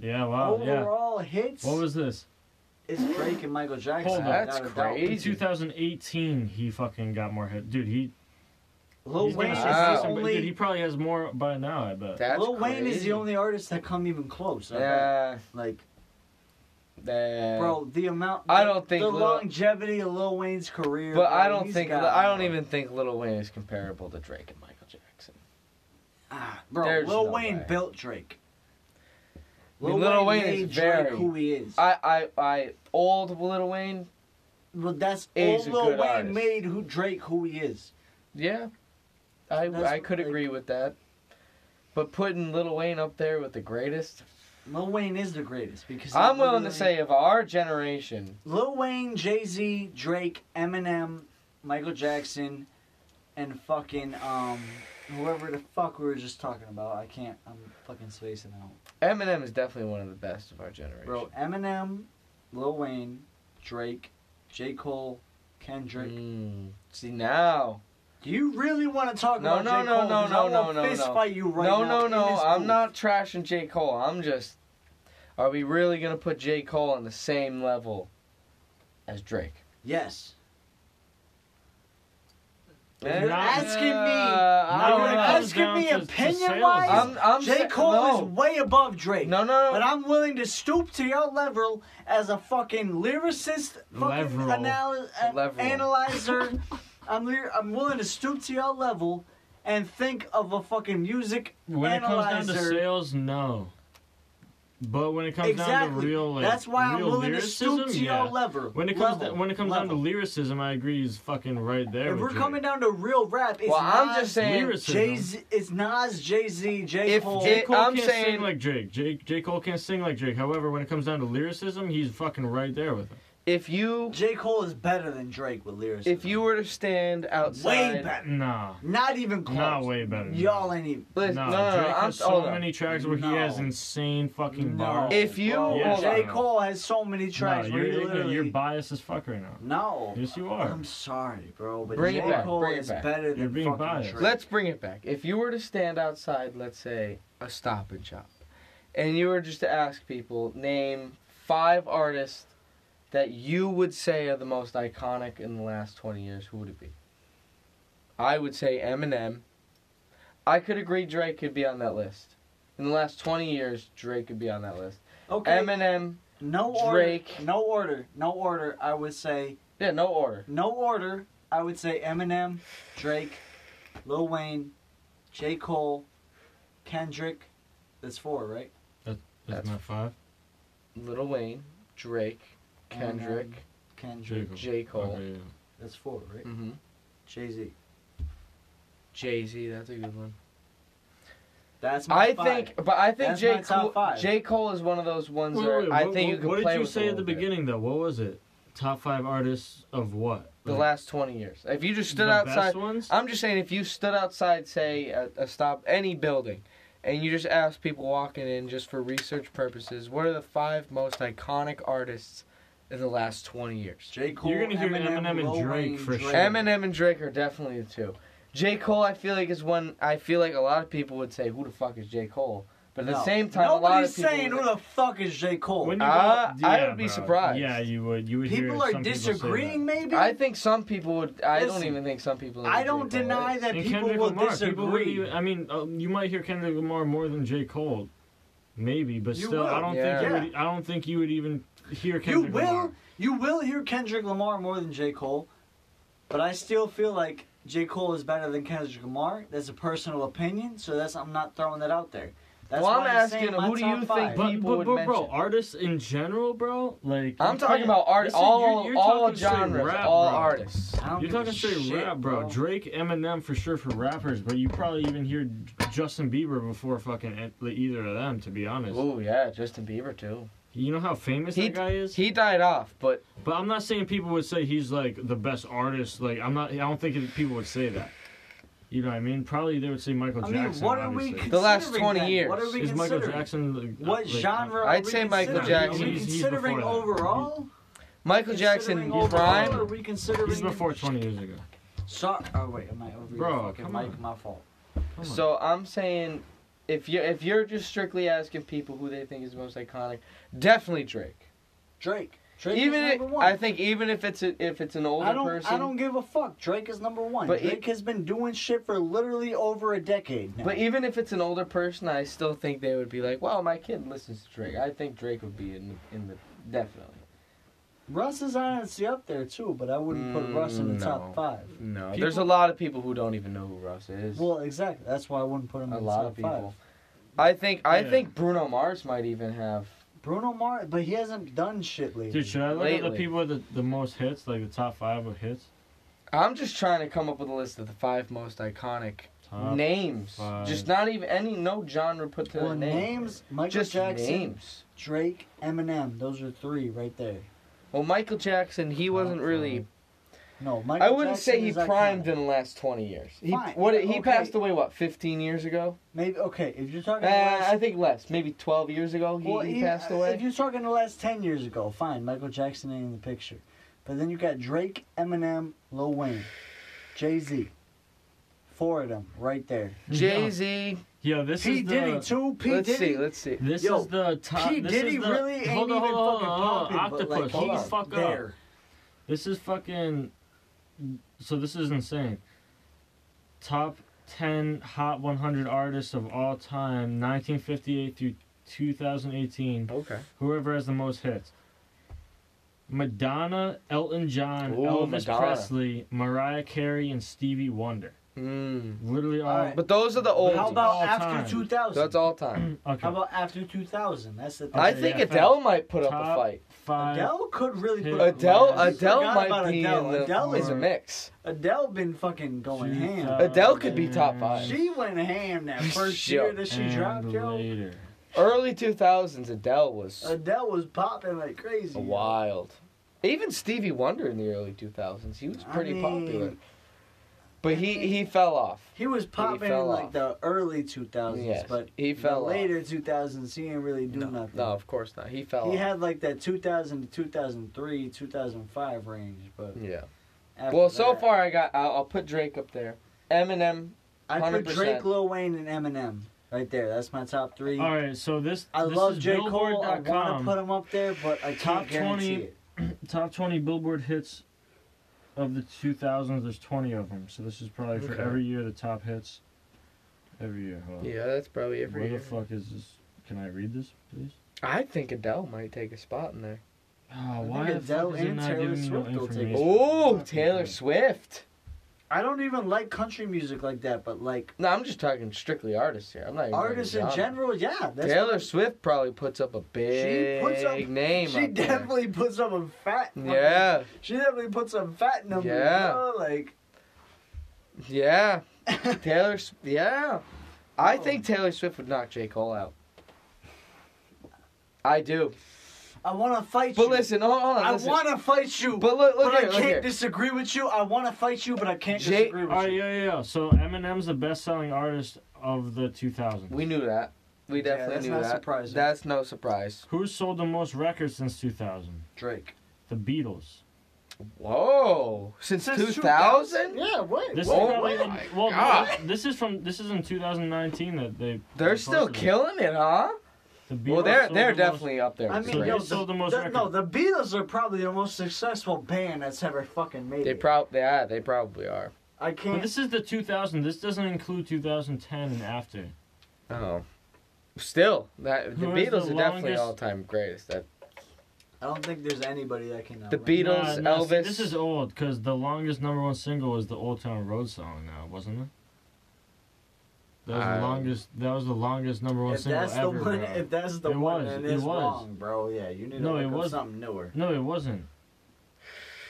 Yeah, wow, yeah.
overall hits,
What was this?
it's Drake and Michael Jackson.
Hold on.
without
That's
a doubt.
crazy.
In 2018, he fucking got more hit. Dude, he
Lil
he's
Wayne
gonna
is
see
the
some-
But dude, he
only.
probably has more by now, I bet.
That's
Lil Wayne is
crazy.
the only artist that come even close. I bet.
Yeah.
Like,
yeah.
bro, the amount.
I don't think
the
Lil-
longevity of Lil Wayne's career.
But I
bro,
don't
he's
think
got-
I don't even think Little Wayne is comparable to Drake and Michael Jackson.
Ah, bro,
There's
Lil
no
Wayne
way.
built Drake.
I mean, Lil Wayne is
made
very-
Drake who he is.
I I I old Little Wayne.
Well, that's
He's a
all Lil
good
Wayne
artist.
made who Drake who he is.
Yeah. I
That's
I could
like-
agree with that. But putting Little Wayne up there with the greatest,
Lil Wayne is the greatest because he
I'm willing to
literally-
say of our generation,
Lil Wayne, Jay Z, Drake, Eminem, Michael Jackson, and fucking um whoever the fuck we were just talking about. I can't. I'm fucking spacing out.
Eminem is definitely one of the best of our generation.
Bro, Eminem, Lil Wayne, Drake, J Cole, Kendrick.
Mm. See now.
Do you really want to talk
No,
about
no,
J
no,
Cole?
no,
'Cause
no,
I
no,
will
no,
fist
no.
fight you right
no,
now
no,
in
no.
this
I'm
booth.
not trashing J. Cole. I'm just. Are we really going to put J. Cole on the same level as Drake?
Yes.
Eh?
You're asking me.
I
You're
No,
don't
no,
know.
no. comes
asking
down
me
to- to
opinion
sales. Um,
wise.
I'm, I'm
J.
sa-
Cole
no.
is way above Drake.
No, no,
But
no.
I'm willing to stoop to your level as a fucking lyricist, fucking
Leverel.
anal- a-
Leverel.
analyzer. I'm le- I'm willing to stoop to your level and think of a fucking music
When it comes
analyzer.
down to sales, no. But when it comes down
exactly.
to real, like,
That's why I'm
real
willing
lyricism,
to stoop to
yeah.
your level.
When it comes
level,
to, when it comes
level.
down to lyricism, I agree. He's fucking right there.
if
with
we're
Drake.
coming down to real rap, it's
Well, I'm
Nas,
just saying.
Lyricism.
Jay Z. It's Nas, Jay Z, J
If
Cole.
J.
It-
Cole
I'm
can't
saying-
sing like Drake. J. J. Cole can't sing like Drake. However, when it comes down to lyricism, he's fucking right there with him.
If you
J Cole is better than Drake with lyricism.
if you were to stand outside.
way better,
Nah,
not even close.
not way better. than
Y'all ain't even.
that.
Listen,
Nah,
no, no, no,
Drake
I'm,
has so
hold on.
many tracks where he has
No.
insane fucking
No.
bars.
If you-
Bro,
Yes,
J
I know.
Cole has so many tracks.
no,
where
you're,
he
ignorant.
literally-
you're biased as fuck right now.
No,
Yes, you are.
I'm sorry, bro, but
Bring
J
it back,
Cole
bring it
is
back.
better
You're
than
being
fucking
biased.
Drake.
Let's bring it back. If you were to stand outside, let's say, a stop and shop, and you were just to ask people, name five artists that you would say are the most iconic in the last 20 years, who would it be? I would say Eminem. I could agree Drake could be on that list. In the last 20 years, Drake could be on that list.
Okay,
Eminem,
no
Drake.
order. No order. No order. I would say
yeah, no order.
no order. I would say Eminem, Drake, Lil Wayne, J Cole, Kendrick. That's four, right?
That's my five.
Lil Wayne, Drake, Kendrick,
Kendrick.
J. Cole.
Okay, yeah.
That's four, right?
hmm
Jay Z.
Jay Z, that's a good one.
That's my
I
five.
think, but I think
That's
J.
my top
Cole,
five.
J. Cole is one of those ones
Wait,
where
wait,
I
what,
think
what-
you can
what
play
did you
with a
say at the
little bit.
beginning though? What was it? Top five artists of what?
the
Like,
last 20 years. If you just stood
the
outside,
Best ones?
I'm just saying, if you stood outside, say, a, a stop, any building, and you just asked people walking in just for research purposes, what are the five most iconic artists in the last 20 years?
J. Cole,
gonna hear Eminem and
Lil
Drake
Wayne,
for sure.
Eminem and Drake are definitely the two. J. Cole, I feel like, is one, I feel like a lot of people would say, who the fuck is J. Cole? But at
No.
the same time, a lot
Nobody's
of people.
saying
would-
who the fuck is J. Cole.
When you
Uh,
go-
I would be
bro.
surprised.
Yeah, you would. You would hear
people are
some people say that.
disagreeing, maybe.
I think some people would. I don't
Listen,
even think some people.
I don't
agree with all
deny
this.
that
And
people
Kendrick
will
Lamar, people would
disagree.
even- I mean, uh, you might hear Kendrick Lamar more than J. Cole, maybe, but
You
still,
will.
I don't
Yeah.
think you would, e- I don't think you would even hear
you
Kendrick
will,
Lamar.
you will hear Kendrick Lamar more than J. Cole, but I still feel like J. Cole is better than Kendrick Lamar. That's a personal opinion, so that's I'm not throwing that out there. That's
Well,
why
I'm
saying
asking,
my
who do
top
you
five.
think-
But
People
but,
would
but bro,
mention.
artists in general, bro, like
I'm talking
you can't-
about art,
listen,
all
you're, you're
all
talking straight
genres,
rap,
all
bro.
artists.
I don't
You're
give a
talking straight
shit,
rap, bro. Drake, Eminem for sure for rappers, but you probably even hear Justin Bieber before fucking e- either of them, to be honest.
Ooh yeah, Justin Bieber too.
you know how famous
He-
that guy is.
He died off, but
But I'm not saying people would say he's like the best artist. Like I'm not. I don't think it- people would say that. You know what I mean? Probably they would say Michael
I mean,
Jackson.
what are we?
obviously.
The last
considering
20
then? What are
years.
we
Is Michael
considering?
Jackson? Like,
What
like,
genre?
I'd
are we
say Michael
considering?
Jackson.
Are we
He's- he's
considering
before that.
overall?
Michael Jackson
Considering overall, Are
prime.
we considering?
He's before 20 years ago.
Sorry. Oh wait, am I over
Bro,
your fucking
come
mic?
on.
My fault.
Come on.
So I'm saying, if you if you're just strictly asking people who they think is the most iconic, definitely Drake.
Drake. Drake
even
is
if,
number one.
I think even if it's a, if it's an older
I don't.
person,
I don't give a fuck. Drake is number one.
But
Drake has been doing shit for literally over a decade now.
But even if it's an older person, I still think they would be like, "Well, my kid listens to Drake." I think Drake would be in in the definitely.
Russ is honestly up there too, but I wouldn't put
Mm,
Russ in the
no.
top five.
No,
People-
there's a lot of people who don't even know who Russ is.
Well, exactly. That's why I wouldn't put him
a
in the
lot
top
of people.
five.
I think I
Yeah.
think Bruno Mars might even have.
Bruno Mars, but he hasn't done shit lately.
Dude, should I look at
Lately.
the people with the, the most hits, like the top five of hits?
I'm just trying to come up with a list of the five most iconic
Top.
names.
five.
Just not even any no genre put to
well,
the name.
names: Michael
just
Jackson,
names.
Drake, Eminem. Those are three right there.
Well, Michael Jackson, he wasn't really.
No, Michael.
I wouldn't
Jackson
say he
is iconic.
primed in the last twenty years. He
Fine,
what he
okay.
passed away what fifteen years ago.
Maybe okay. If you're talking,
Uh,
the last-
I think less, maybe 12 years ago he,
Well,
he
even- uh, If
passed away.
you're talking the last ten years ago, fine. Michael Jackson ain't in the picture, but then you got Drake, Eminem, Lil Wayne, Jay Z. Four of them right there.
Jay Z.
Yeah, this
P
is the.
Diddy too. P
Let's
Diddy.
see. Let's see.
This
Yo,
is the top.
P
this
Diddy
is the,
really ain't
hold on,
even
hold on,
fucking
hold on,
popping.
Octopus,
but like, hold
he's
on,
fuck
there.
up. This is fucking. So this is insane. Top ten hot 100 artists of all time, 1958 through 2018.
Okay.
Whoever has the most hits. Madonna, Elton John,
Ooh,
Elvis
Madonna.
Presley, Mariah Carey, and Stevie Wonder.
Mm.
Literally all.
Alright.
But those are the old.
How
All
about
time.
after 2000?
That's all time.
Okay.
How about after 2000? That's the thing.
I think
yeah,
Adele might put up a
Top
fight.
Five.
Adele could really put up
Adele,
numbers.
Adele
Forgot about
might be
Adele.
in the
Adele is
is a mix.
Adele been fucking going ham.
2000.
Adele could be top five.
She went ham that first
Yo.
year that she
and
dropped, yo.
later.
Early 2000s, Adele was
Adele was popping like crazy. yo.
wild. Even Stevie Wonder in the early 2000s, he was
I
pretty popular.
mean-
But he he fell off.
He was popping in
fell
like
off.
the early 2000s,
Yes,
but
he
the
fell off.
later 2000s, he didn't really do
No,
nothing.
no, of course not. He fell
He
off.
had like that 2000 to 2003, 2005 range, but
Yeah.
after
Well, so
that-
far I got. I'll, I'll put Drake up there. Eminem.
I put
100%.
Drake, Lil Wayne, and Eminem right there. That's my top three.
All right, so this
I
this
love
is
J. Cole. I want to
Billboard.com.
put him up there, but I
Top
can't guarantee
20.
it.
Top 20 Billboard hits of the 2000s. There's 20 of them, so this is probably for
Okay.
every year the top hits. Every year. Hold on.
Yeah, that's probably
Where
every
the
year.
fuck is this? Can I read this, please?
I think Adele might take a spot in there.
Oh,
think
why the
Adele
fuck is it
and
not
Taylor
giving me no
Swift will take it.
information?
Oh,
Fucking
Taylor
thing.
Swift.
I don't even like country music like that, but like
No, I'm just talking strictly artists here. I'm not even talking
artists in
genre.
general, yeah. That's
Taylor Swift probably puts up a big
puts up-
name.
She
up there.
definitely puts up a fat. number.
Yeah,
She definitely puts up fat numbers.
Yeah.
You know? Like
yeah. Taylor. S- Yeah, I
Oh.
think Taylor Swift would knock J Cole out. I do.
I want to fight
But
you.
listen, hold on.
I
listen.
want to fight you.
But look, look
but
here,
I
look
can't
here.
disagree with you. I want to fight you, but I can't
Jay-
disagree with
All right,
you.
yeah, yeah, yeah. So Eminem's the best-selling artist of the 2000s.
We knew that. We
Yeah,
definitely
that's
knew
not
that.
surprising.
That's no surprise.
Who's sold the most records since 2000?
Drake.
The Beatles.
Whoa. Since
Since
2000?
Yeah, what?
This
Whoa,
is probably
my
the- well,
God.
no, this is from this is in 2019 that they
They're
they
still
posted it.
killing it, huh?
The Beatles
Well, they're
sold
they're
the most-
definitely up there.
I
with
mean,
Drake.
yo,
They sold
the,
the most
the- no,
records.
the Beatles are probably the most successful band that's ever fucking made.
They
it.
prob yeah, they probably are.
I
But
can't.
this is the 2000. This doesn't include 2010 and after.
Oh. Still, that the
Who is
Beatles
the
are definitely
longest-
all time greatest. That
I don't think there's anybody that can.
The
outrun-
Beatles,
Nah, nah, see,
Elvis.
this is old because the longest number one single was the Old Town Road song. Now, wasn't it? That was
I-
the longest. That was the longest number one
If
single
that's the
ever.
one,
bro.
if that's the
It
one,
was,
then
it
it's
was.
wrong, bro. Yeah, you need to
No,
look
it
up
wasn't.
something newer.
No, it wasn't.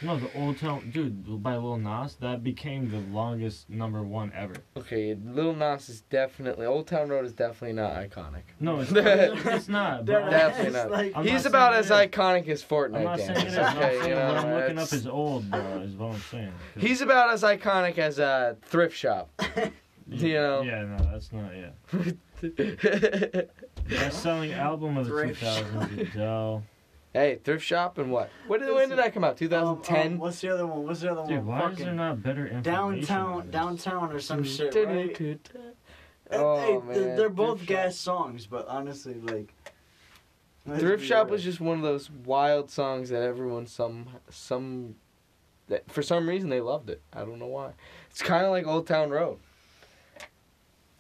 No, the Old Town, dude, by Lil Nas, that became the longest number one ever.
okay. Little Nas is definitely Old Town Road is definitely not iconic.
No, it's, it's not. Bro.
Dead
Definitely
ass,
not.
like-
I'm
He's
not
about
saying
as
it is.
iconic as Fortnite
I'm not saying it
dances.
is. I'm
okay,
saying
you know,
what I'm looking up
it's-
is old, bro. Is what I'm saying. 'Cause-
He's about as iconic as a thrift shop.
yeah,
you know.
Yeah, no, that's not yeah. Best selling album of the
Thrift
2000s, Adele.
hey, thrift shop and what? When did, when did that come out?
Um, um,
2010.
what's the other one? What's the other
Dude,
one?
why is
Fucking
there not better information? on
downtown,
this?
downtown, or some shit, right?
Mm-hmm. Oh,
Hey, th-
man.
They're both
Thrift shop.
gas songs, but honestly, like. let's
Thrift
be
Shop
real.
was just one of those wild songs that everyone some some that for some reason they loved it. I don't know why. It's kind of like Old Town Road.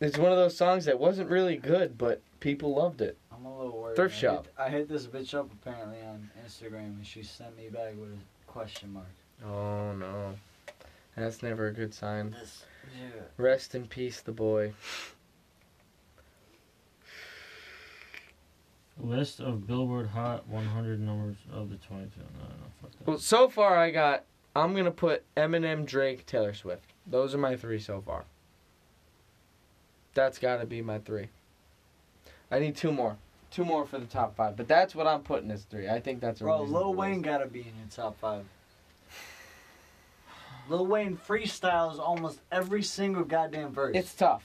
It's one of those songs that wasn't really good, but people loved it.
I'm a little worried.
Thrift
I
shop.
Hit, I hit this bitch up apparently on Instagram, and she sent me back with a question mark.
Oh no, that's never a good sign.
This, yeah.
Rest in peace, the boy.
List of Billboard Hot 100 numbers of the 22. No, no, fuck that.
Well, so far I got. I'm gonna put Eminem, Drake, Taylor Swift. Those are my three so far. That's gotta be my three. I need two more. Two more for the top five, but that's what I'm putting as three. I think that's a
Bro,
reasonable
Lil Wayne
list.
gotta be in your top five. Lil Wayne freestyles almost every single goddamn verse.
It's tough.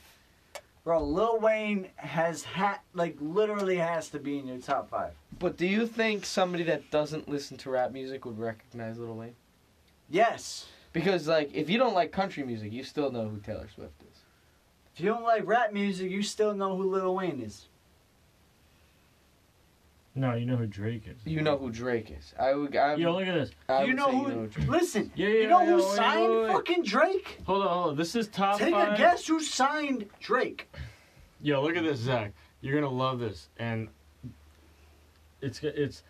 Bro, Lil Wayne has hat like literally has to be in your top five.
But do you think somebody that doesn't listen to rap music would recognize Lil Wayne?
Yes.
Because like, if you don't like country music, you still know who Taylor Swift is.
If you don't like rap music, you still know who Lil Wayne is.
no, you know who Drake is.
You know who Drake is. I would. I would,
Yo, look at this.
I would
you know
say
who?
you know who Drake.
listen.
Yeah, yeah,
you know
yeah,
who
wait,
signed
wait, wait.
fucking Drake?
Hold on, hold on. This is top
Take
five.
a guess who signed Drake.
Yo, look at this, Zach. You're gonna love this, and it's it's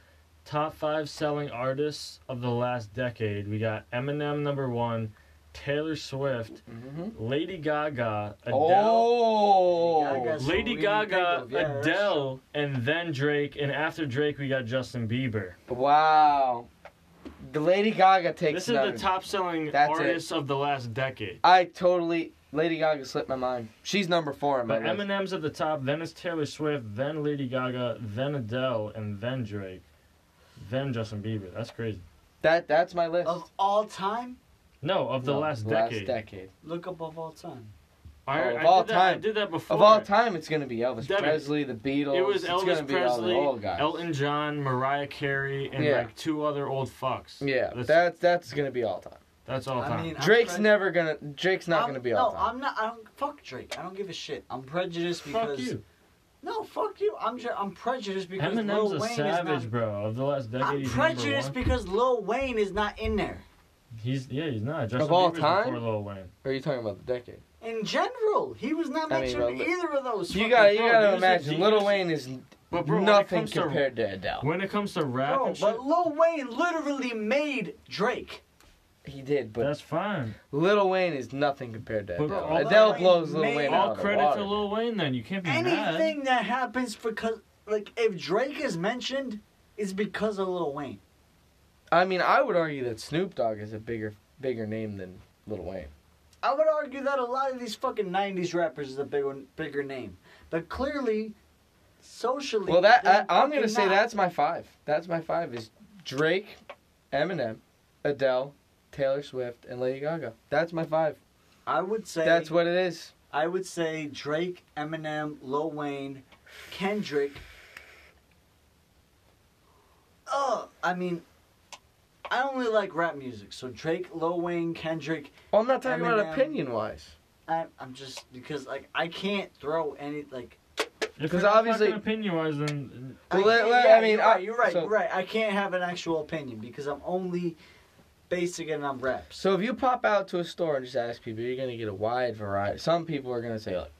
top five selling artists of the last decade. We got Eminem number one, Taylor Swift,
Mm-hmm.
Lady Gaga, Adele,
Oh.
Gaga's- That's what
Lady
we didn't
Gaga,
think of, yeah, that's
Adele, and then Drake, and after Drake we got Justin Bieber.
Wow. The Lady Gaga takes
This is the
another-
top selling
That's it.
artists of the last decade.
I totally Lady Gaga slipped my mind. She's number four in my
But
list.
Eminem's at the top, then it's Taylor Swift, then Lady Gaga, then Adele, and then Drake, then Justin Bieber. That's crazy.
That that's my list.
Of all time?
No, of the
No,
last decade.
decade.
Look up of all time.
I,
Oh, of
I
all
did that, I
time.
did that before.
Of all time, it's gonna be Elvis
Damn it.
Presley, the Beatles.
It was
it's gonna
Elvis
be all the
Presley,
old guys.
Elton John, Mariah Carey, and
Yeah.
like two other old fucks.
Yeah,
that's that's,
that's that's gonna be all time.
all
I
time.
mean, I'm
Drake's
trying-
never gonna. Drake's not
I'm-
gonna be
no,
all time.
I'm not. I don't fuck Drake. I don't give a shit. I'm prejudiced
Fuck
because.
you.
No, fuck you. I'm ju- I'm prejudiced because
Eminem's
Lil
a
Wayne
savage,
is not.
bro. Of the last decade,
I'm
he's
prejudiced
number one.
because Lil Wayne is not in there.
He's yeah, he's not. Justin
Of all
Bieber's
time?
before Lil Wayne.
Or are you talking about the decade?
In general, he was not
I mean,
mentioned
but
in
li-
either of those.
You
fucking-
gotta you
bro,
gotta
here's the
imagine.
thing.
Little Wayne is
But bro, when
nothing
it comes to
compared to, Adele.
when it comes to rap
Bro,
and shit,
but Lil Wayne literally made Drake.
he did, but
that's fine.
Lil Wayne is nothing compared to
But
Adele.
all
Adele
that-
blows Lil
All
Wayne out
All
of the
credit
water.
to Lil Wayne. Then you can't be mad.
Anything that happens because, like, if Drake is mentioned, it's because of Lil Wayne.
I mean, I would argue that Snoop Dogg is a bigger bigger name than Lil Wayne.
I would argue that a lot of these fucking '90s rappers is a bigger bigger name, but clearly, socially.
Well, that I,
they're
I'm gonna
fucking
say
not.
that's my five. That's my five is Drake, Eminem, Adele, Taylor Swift, and Lady Gaga. That's my five.
I would say
That's what it is.
I would say Drake, Eminem, Lil Wayne, Kendrick. Oh, I mean, I only like rap music, so Drake, Lil Wayne, Kendrick.
Well, I'm not talking
Eminem.
about opinion wise.
I, I'm just because like I can't throw any like.
If
Because
you're not
obviously-
fucking opinion-wise, then
I
Well, let-
can't-
let-
yeah,
I mean,
you're
I-
right. You're right.
so-
you're right. I can't have an actual opinion because I'm only basing it on raps.
So if you pop out to a store and just ask people, you're gonna get a wide variety. Some people are gonna say like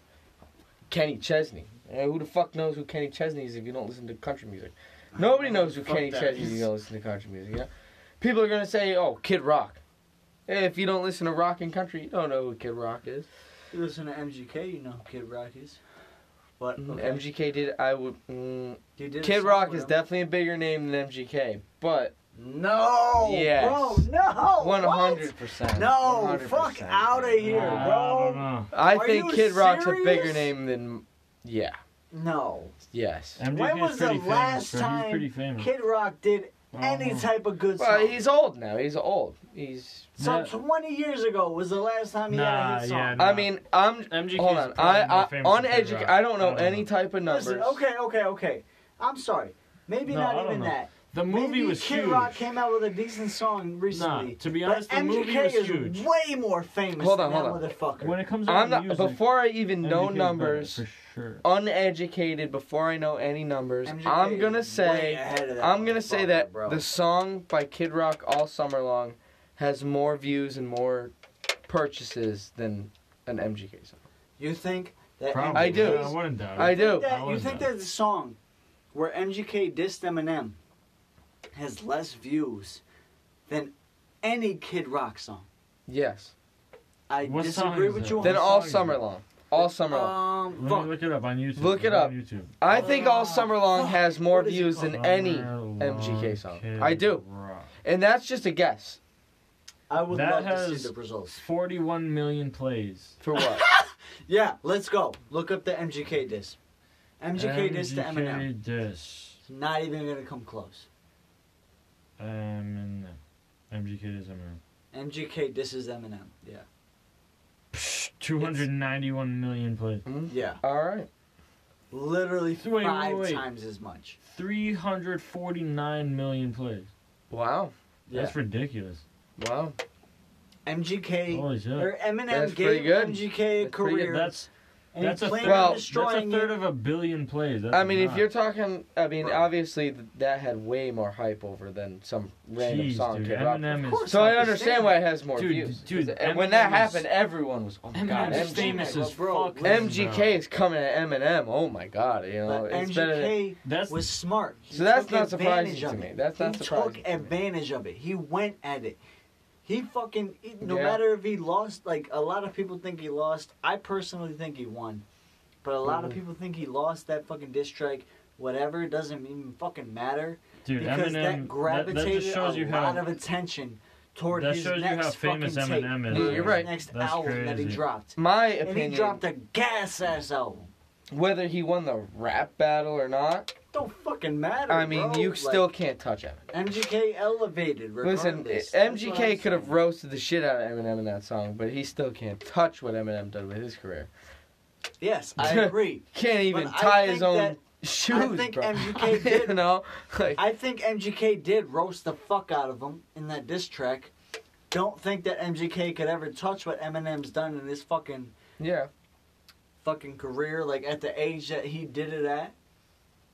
Kenny Chesney. Eh, who the fuck knows who Kenny Chesney is if you don't listen to country music? Nobody knows who
Fuck
Kenny
that.
Chesney is if you don't listen to country music. You know? People are gonna say, oh, Kid Rock. Eh, If you don't listen to rock and country, you don't know who Kid Rock is.
You listen to MGK, you know who Kid Rock is. But Mm-hmm. okay.
MGK did. I would. Mm,
You did a
Kid
song
Rock
with
is
him.
definitely a bigger name than MGK, but
No,
Yes.
bro, no,
one
what?
hundred percent.
No, fuck outta here,
I
bro.
don't know.
I
Are
think
you
Kid Rock's a bigger
serious?
name than. Yeah.
No,
Yes.
MGK
When
is
was the
pretty famous,
last
bro.
time
He's pretty famous.
Kid Rock did any
Uh-huh.
type of good
Well,
song.
he's old now. He's old. He's.
so
Yeah.
20 years ago was the last time he had a
Nah,
hit
yeah,
song.
nah.
I mean, I'm.
MGK
hold
is
on.
probably
I,
more
I
famous
on
than Kid Rock.
educate. I don't know
I don't
any type of numbers.
Listen, okay, okay, okay. I'm sorry. Maybe
No, I
not
don't
even
know.
that.
The movie
Maybe
was
Kid
huge.
Rock came out with a decent song
nah,
recently.
to be
but
honest, the
MGK
movie was
is
huge.
way more famous
Hold on,
than
hold on.
that motherfucker.
When it comes out
I'm
to
not.
music,
Before I even
MGK
know
is better,
numbers,
for sure.
uneducated, before I know any numbers,
MGK
I'm gonna
is way
say.
ahead of that
I'm gonna say
motherfucker,
that
bro.
the song by Kid Rock all summer long has more views and more purchases than an MGK song.
you think that
Probably.
I do.
MGK 's
I wouldn't doubt it.
I
You
do.
think that-
I
you
wouldn't
think
know.
that the song where MGK dissed Eminem has less views than any Kid Rock song?
Yes.
I
What song
disagree
is
with
it?
you. on
Then
What
all
song is
summer
it?
long. All summer long.
Um,
Let me
fuck.
look it up on YouTube.
Look it
It's on
up.
YouTube. Oh,
I think
Oh,
All Summer Long
fuck.
has more
What is it
views than any,
Summer Long
MGK song.
Kid
I do.
Rock.
and that's just a guess
I would
That
love to
has-
see the results.
41 million plays.
for what.
Yeah, let's go. Look up the MGK diss. MGK, diss to Eminem.
MGK diss.
It's not even gonna come close.
Eminem. MGK is Eminem.
MGK disses Eminem. Yeah.
Psh, 291 million plays.
Yeah.
Hmm? All right.
Literally
Wait, wait,
five
wait.
times as much.
349 million plays.
Wow.
Yeah.
That's ridiculous.
Wow.
MGK
Holy shit.
or Eminem
That's pretty
gave
good.
MGK a
That's pretty good.
career.
That's
and
that's
he
a
planned
third-
on
Well, that's a
that's a
destroying
third
it.
of a billion plays. That's
I mean, if
not-
you're talking, I mean,
Bro.
obviously th- that had way more hype over than some random
Jeez,
song.
dude,
Kid Rock.
Eminem
Of
is
course.
So I understand why it has more
Dude,
views.
dude,
and when that
Eminem is-
happened, everyone was, oh my god,
Eminem is
MGK,
famous as
Bro,
fuck.
MGK is coming at Eminem. Oh my god, you know,
But
it's better. Than,
MGK
That's
was smart. He
So that's
took
not surprising
advantage of
to me.
it.
That's not
he
surprising
took
to me.
advantage of it. He went at it. He fucking he- no
Yeah.
matter if he lost. Like a lot of people think he lost. I personally think he won, but a lot of
Mhm.
people think he lost that fucking diss track. Whatever it doesn't even fucking matter
dude,
because that
Eminem that,
gravitated
that just shows
a
you
lot
how
of attention toward
that
his
shows you
next
how famous
fucking tape,
Eminem
is.
his
Yeah, you're right.
Next
That's
album that he
crazy.
dropped.
my
And he
opinion,
dropped a gas ass album.
whether he won the rap battle or not,
Don't fucking matter.
I mean,
bro.
you
Like,
still can't touch Eminem.
MGK elevated.
Listen, eh,
regardless. That's what I'm
MGK could have
saying.
roasted the shit out of Eminem in that song, but he still can't touch what Eminem did with his career.
Yes, I agree.
Can't even
But I
tie his
think
own
that-
shoes,
think
bro.
MGK
you
did-
know, like,
I think MGK did roast the fuck out of him in that diss track. Don't think that MGK could ever touch what Eminem's done in his fucking
yeah.
fucking career, like at the age that he did it at.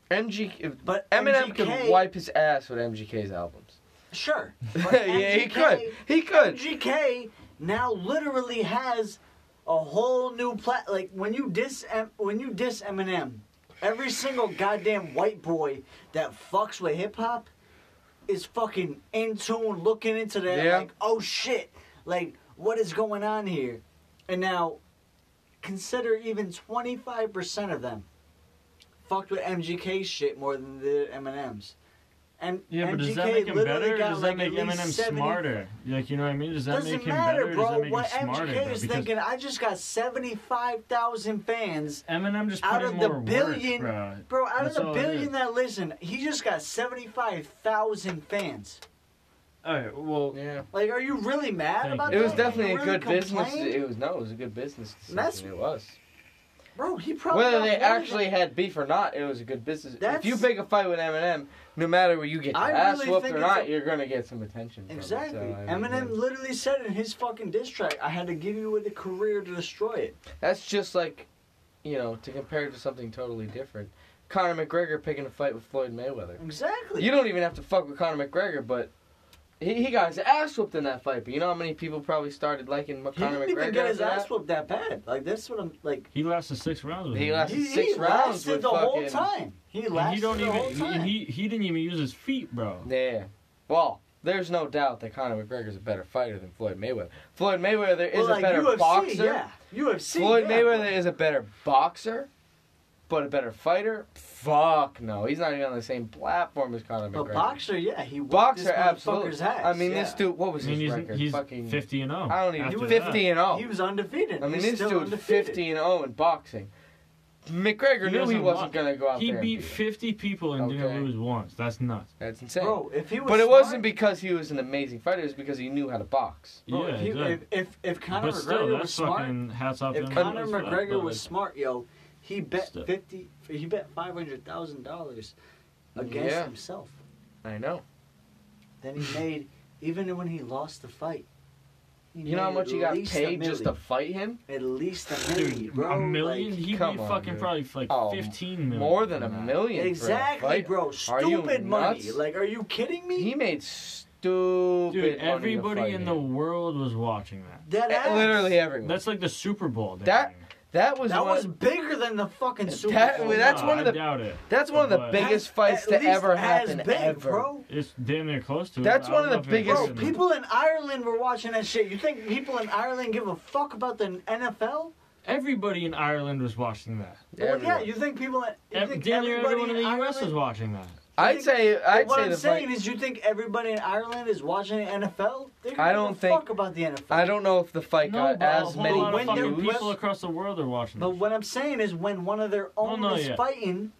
MGK,
But
Eminem
MGK
could wipe his ass with MGK's albums.
Sure. But
yeah, he could. He could.
MGK now literally has a whole new plat. Like when you diss em- when you diss Eminem, every single goddamn white boy that fucks with hip hop is fucking in tune, looking into that.
Yeah.
Like oh shit, like what is going on here? And now consider even twenty five percent of them fucked with MGK shit more than they did Eminem's. And
Yeah, but does that
MGK
make him
literally
better? Or
got
does
like
that make
at least
Eminem
70
smarter? Like, you know what I mean? Does that
Doesn't
make him
matter,
better? or does
bro.
that make
What
him smarter?
MGK
bro?
is
Because
thinking, I just got seventy-five thousand fans,
Eminem just put
out
in
of the
more
billion-
work, bro.
bro. Out
That's
of the
all it
billion
is.
that listen, he just got seventy-five thousand fans.
All right, well,
Yeah.
Like, are you really mad
Thank
about
It
you.
that?
was
You
definitely a
really
good business.
complained?
It was no, it was a good business decision.
That's-
it was.
bro. He probably
Whether
got
they
more than-
actually had beef or not, it was a good business.
That's-
If you pick a fight with Eminem, no matter where you get your
I
ass
really
whooped
think
or
it's
not,
a-
you're gonna get some attention. from it, so,
Exactly.
I mean,
Eminem literally said in his fucking diss track, "I had to give you a career to destroy it."
That's just like, you know, to compare it to something totally different. Conor McGregor picking a fight with Floyd Mayweather.
Exactly.
You don't even have to fuck with Conor McGregor, but he, he got his ass whooped in that fight. But you know how many people probably started liking
he
Conor
didn't
McGregor?
even get his
after that?
ass whooped that bad. Like that's what I'm like.
he lasted six rounds with
He
him.
lasted
He,
six
he
rounds
lasted
with
the whole
fucking-
time. He
And
lasted
he don't
the whole
even.
time.
He, he didn't even use his feet, bro.
Yeah. Well, there's no doubt that Conor McGregor's a better fighter than Floyd Mayweather. Floyd Mayweather is
well,
a
like
better
UFC,
boxer.
yeah. UFC.
Floyd
yeah.
Mayweather is a better boxer, but a better fighter? Fuck no. He's not even on the same platform as Conor
A
McGregor.
boxer, yeah. He whooped
boxer,
this
absolutely.
motherfucker's ass.
I mean,
yeah.
this dude, what was
I mean,
his
he's,
record?
he's
Fucking,
50 and 0.
I don't even,
after
50 and 0.
He was undefeated.
I mean,
He's
this
still
dude
undefeated.
50 and 0 in boxing. McGregor knew
He
he wasn't
doesn't want-
going to go
that.
out
He
there. and
beat
beat him.
50 people and
Okay.
didn't lose once. That's nuts.
That's insane.
Bro, if he was
but it
smart,
wasn't because he was an amazing fighter, it was because he knew how to box.
bro,
yeah,
if, he,
exactly.
if, if if Conor McGregor
but still,
was
that's
smart,
fucking hats off to
if
him.
Conor
That's fucked,
McGregor
but-
was smart, yo, he bet
Still.
fifty. He bet five hundred thousand dollars against
Yeah.
himself.
I know.
Then he made even when he lost the fight. he
You know how
made
much
at
he got
least a
paid just to
million.
fight him?
at least a million,
Dude,
bro.
a million?
like-
he made
come on,
fucking
dude.
probably like
Oh,
15 million.
More than a
Nah.
million. for a
Exactly,
fight.
bro.
Are you
Stupid money.
nuts?
Like, are you kidding me?
He made stupid.
Dude,
money to
everybody
fight
in
him.
the world was watching that.
that
Eh,
ass.
literally everyone.
That's like the Super Bowl. they
That-
ran.
that was
That
one,
was bigger than the fucking Super
That-
Bowl.
well, that's
Nah,
one of
I
the-
doubt it.
that's one of the
But-
biggest
At-
fights
at
to
least
ever
as
happen
big,
ever.
bro.
It's damn near close to it.
That's
I don't
one of
know
the
if
biggest-
it's
Bro,
in the-
people in Ireland were watching that shit. You think people in Ireland give a fuck about the NFL?
Everybody in Ireland was watching that.
Well, yeah,
Everyone.
you think people in you
Ev-
think
damn near
everybody
everyone in the U.S. was
Ireland-
watching that.
I'd
think-
say I'd
what
say
I'm
the
saying
fight.
is, you think everybody in Ireland is watching the NFL? They
I
give
don't
a
think-
fuck about the NFL.
I don't know if the fight
No,
got
but a
as
whole
many
lot of
when they're
fucking
views.
people across the world are watching.
But
this.
what I'm saying is, when one of their own
no,
is
yeah.
fighting,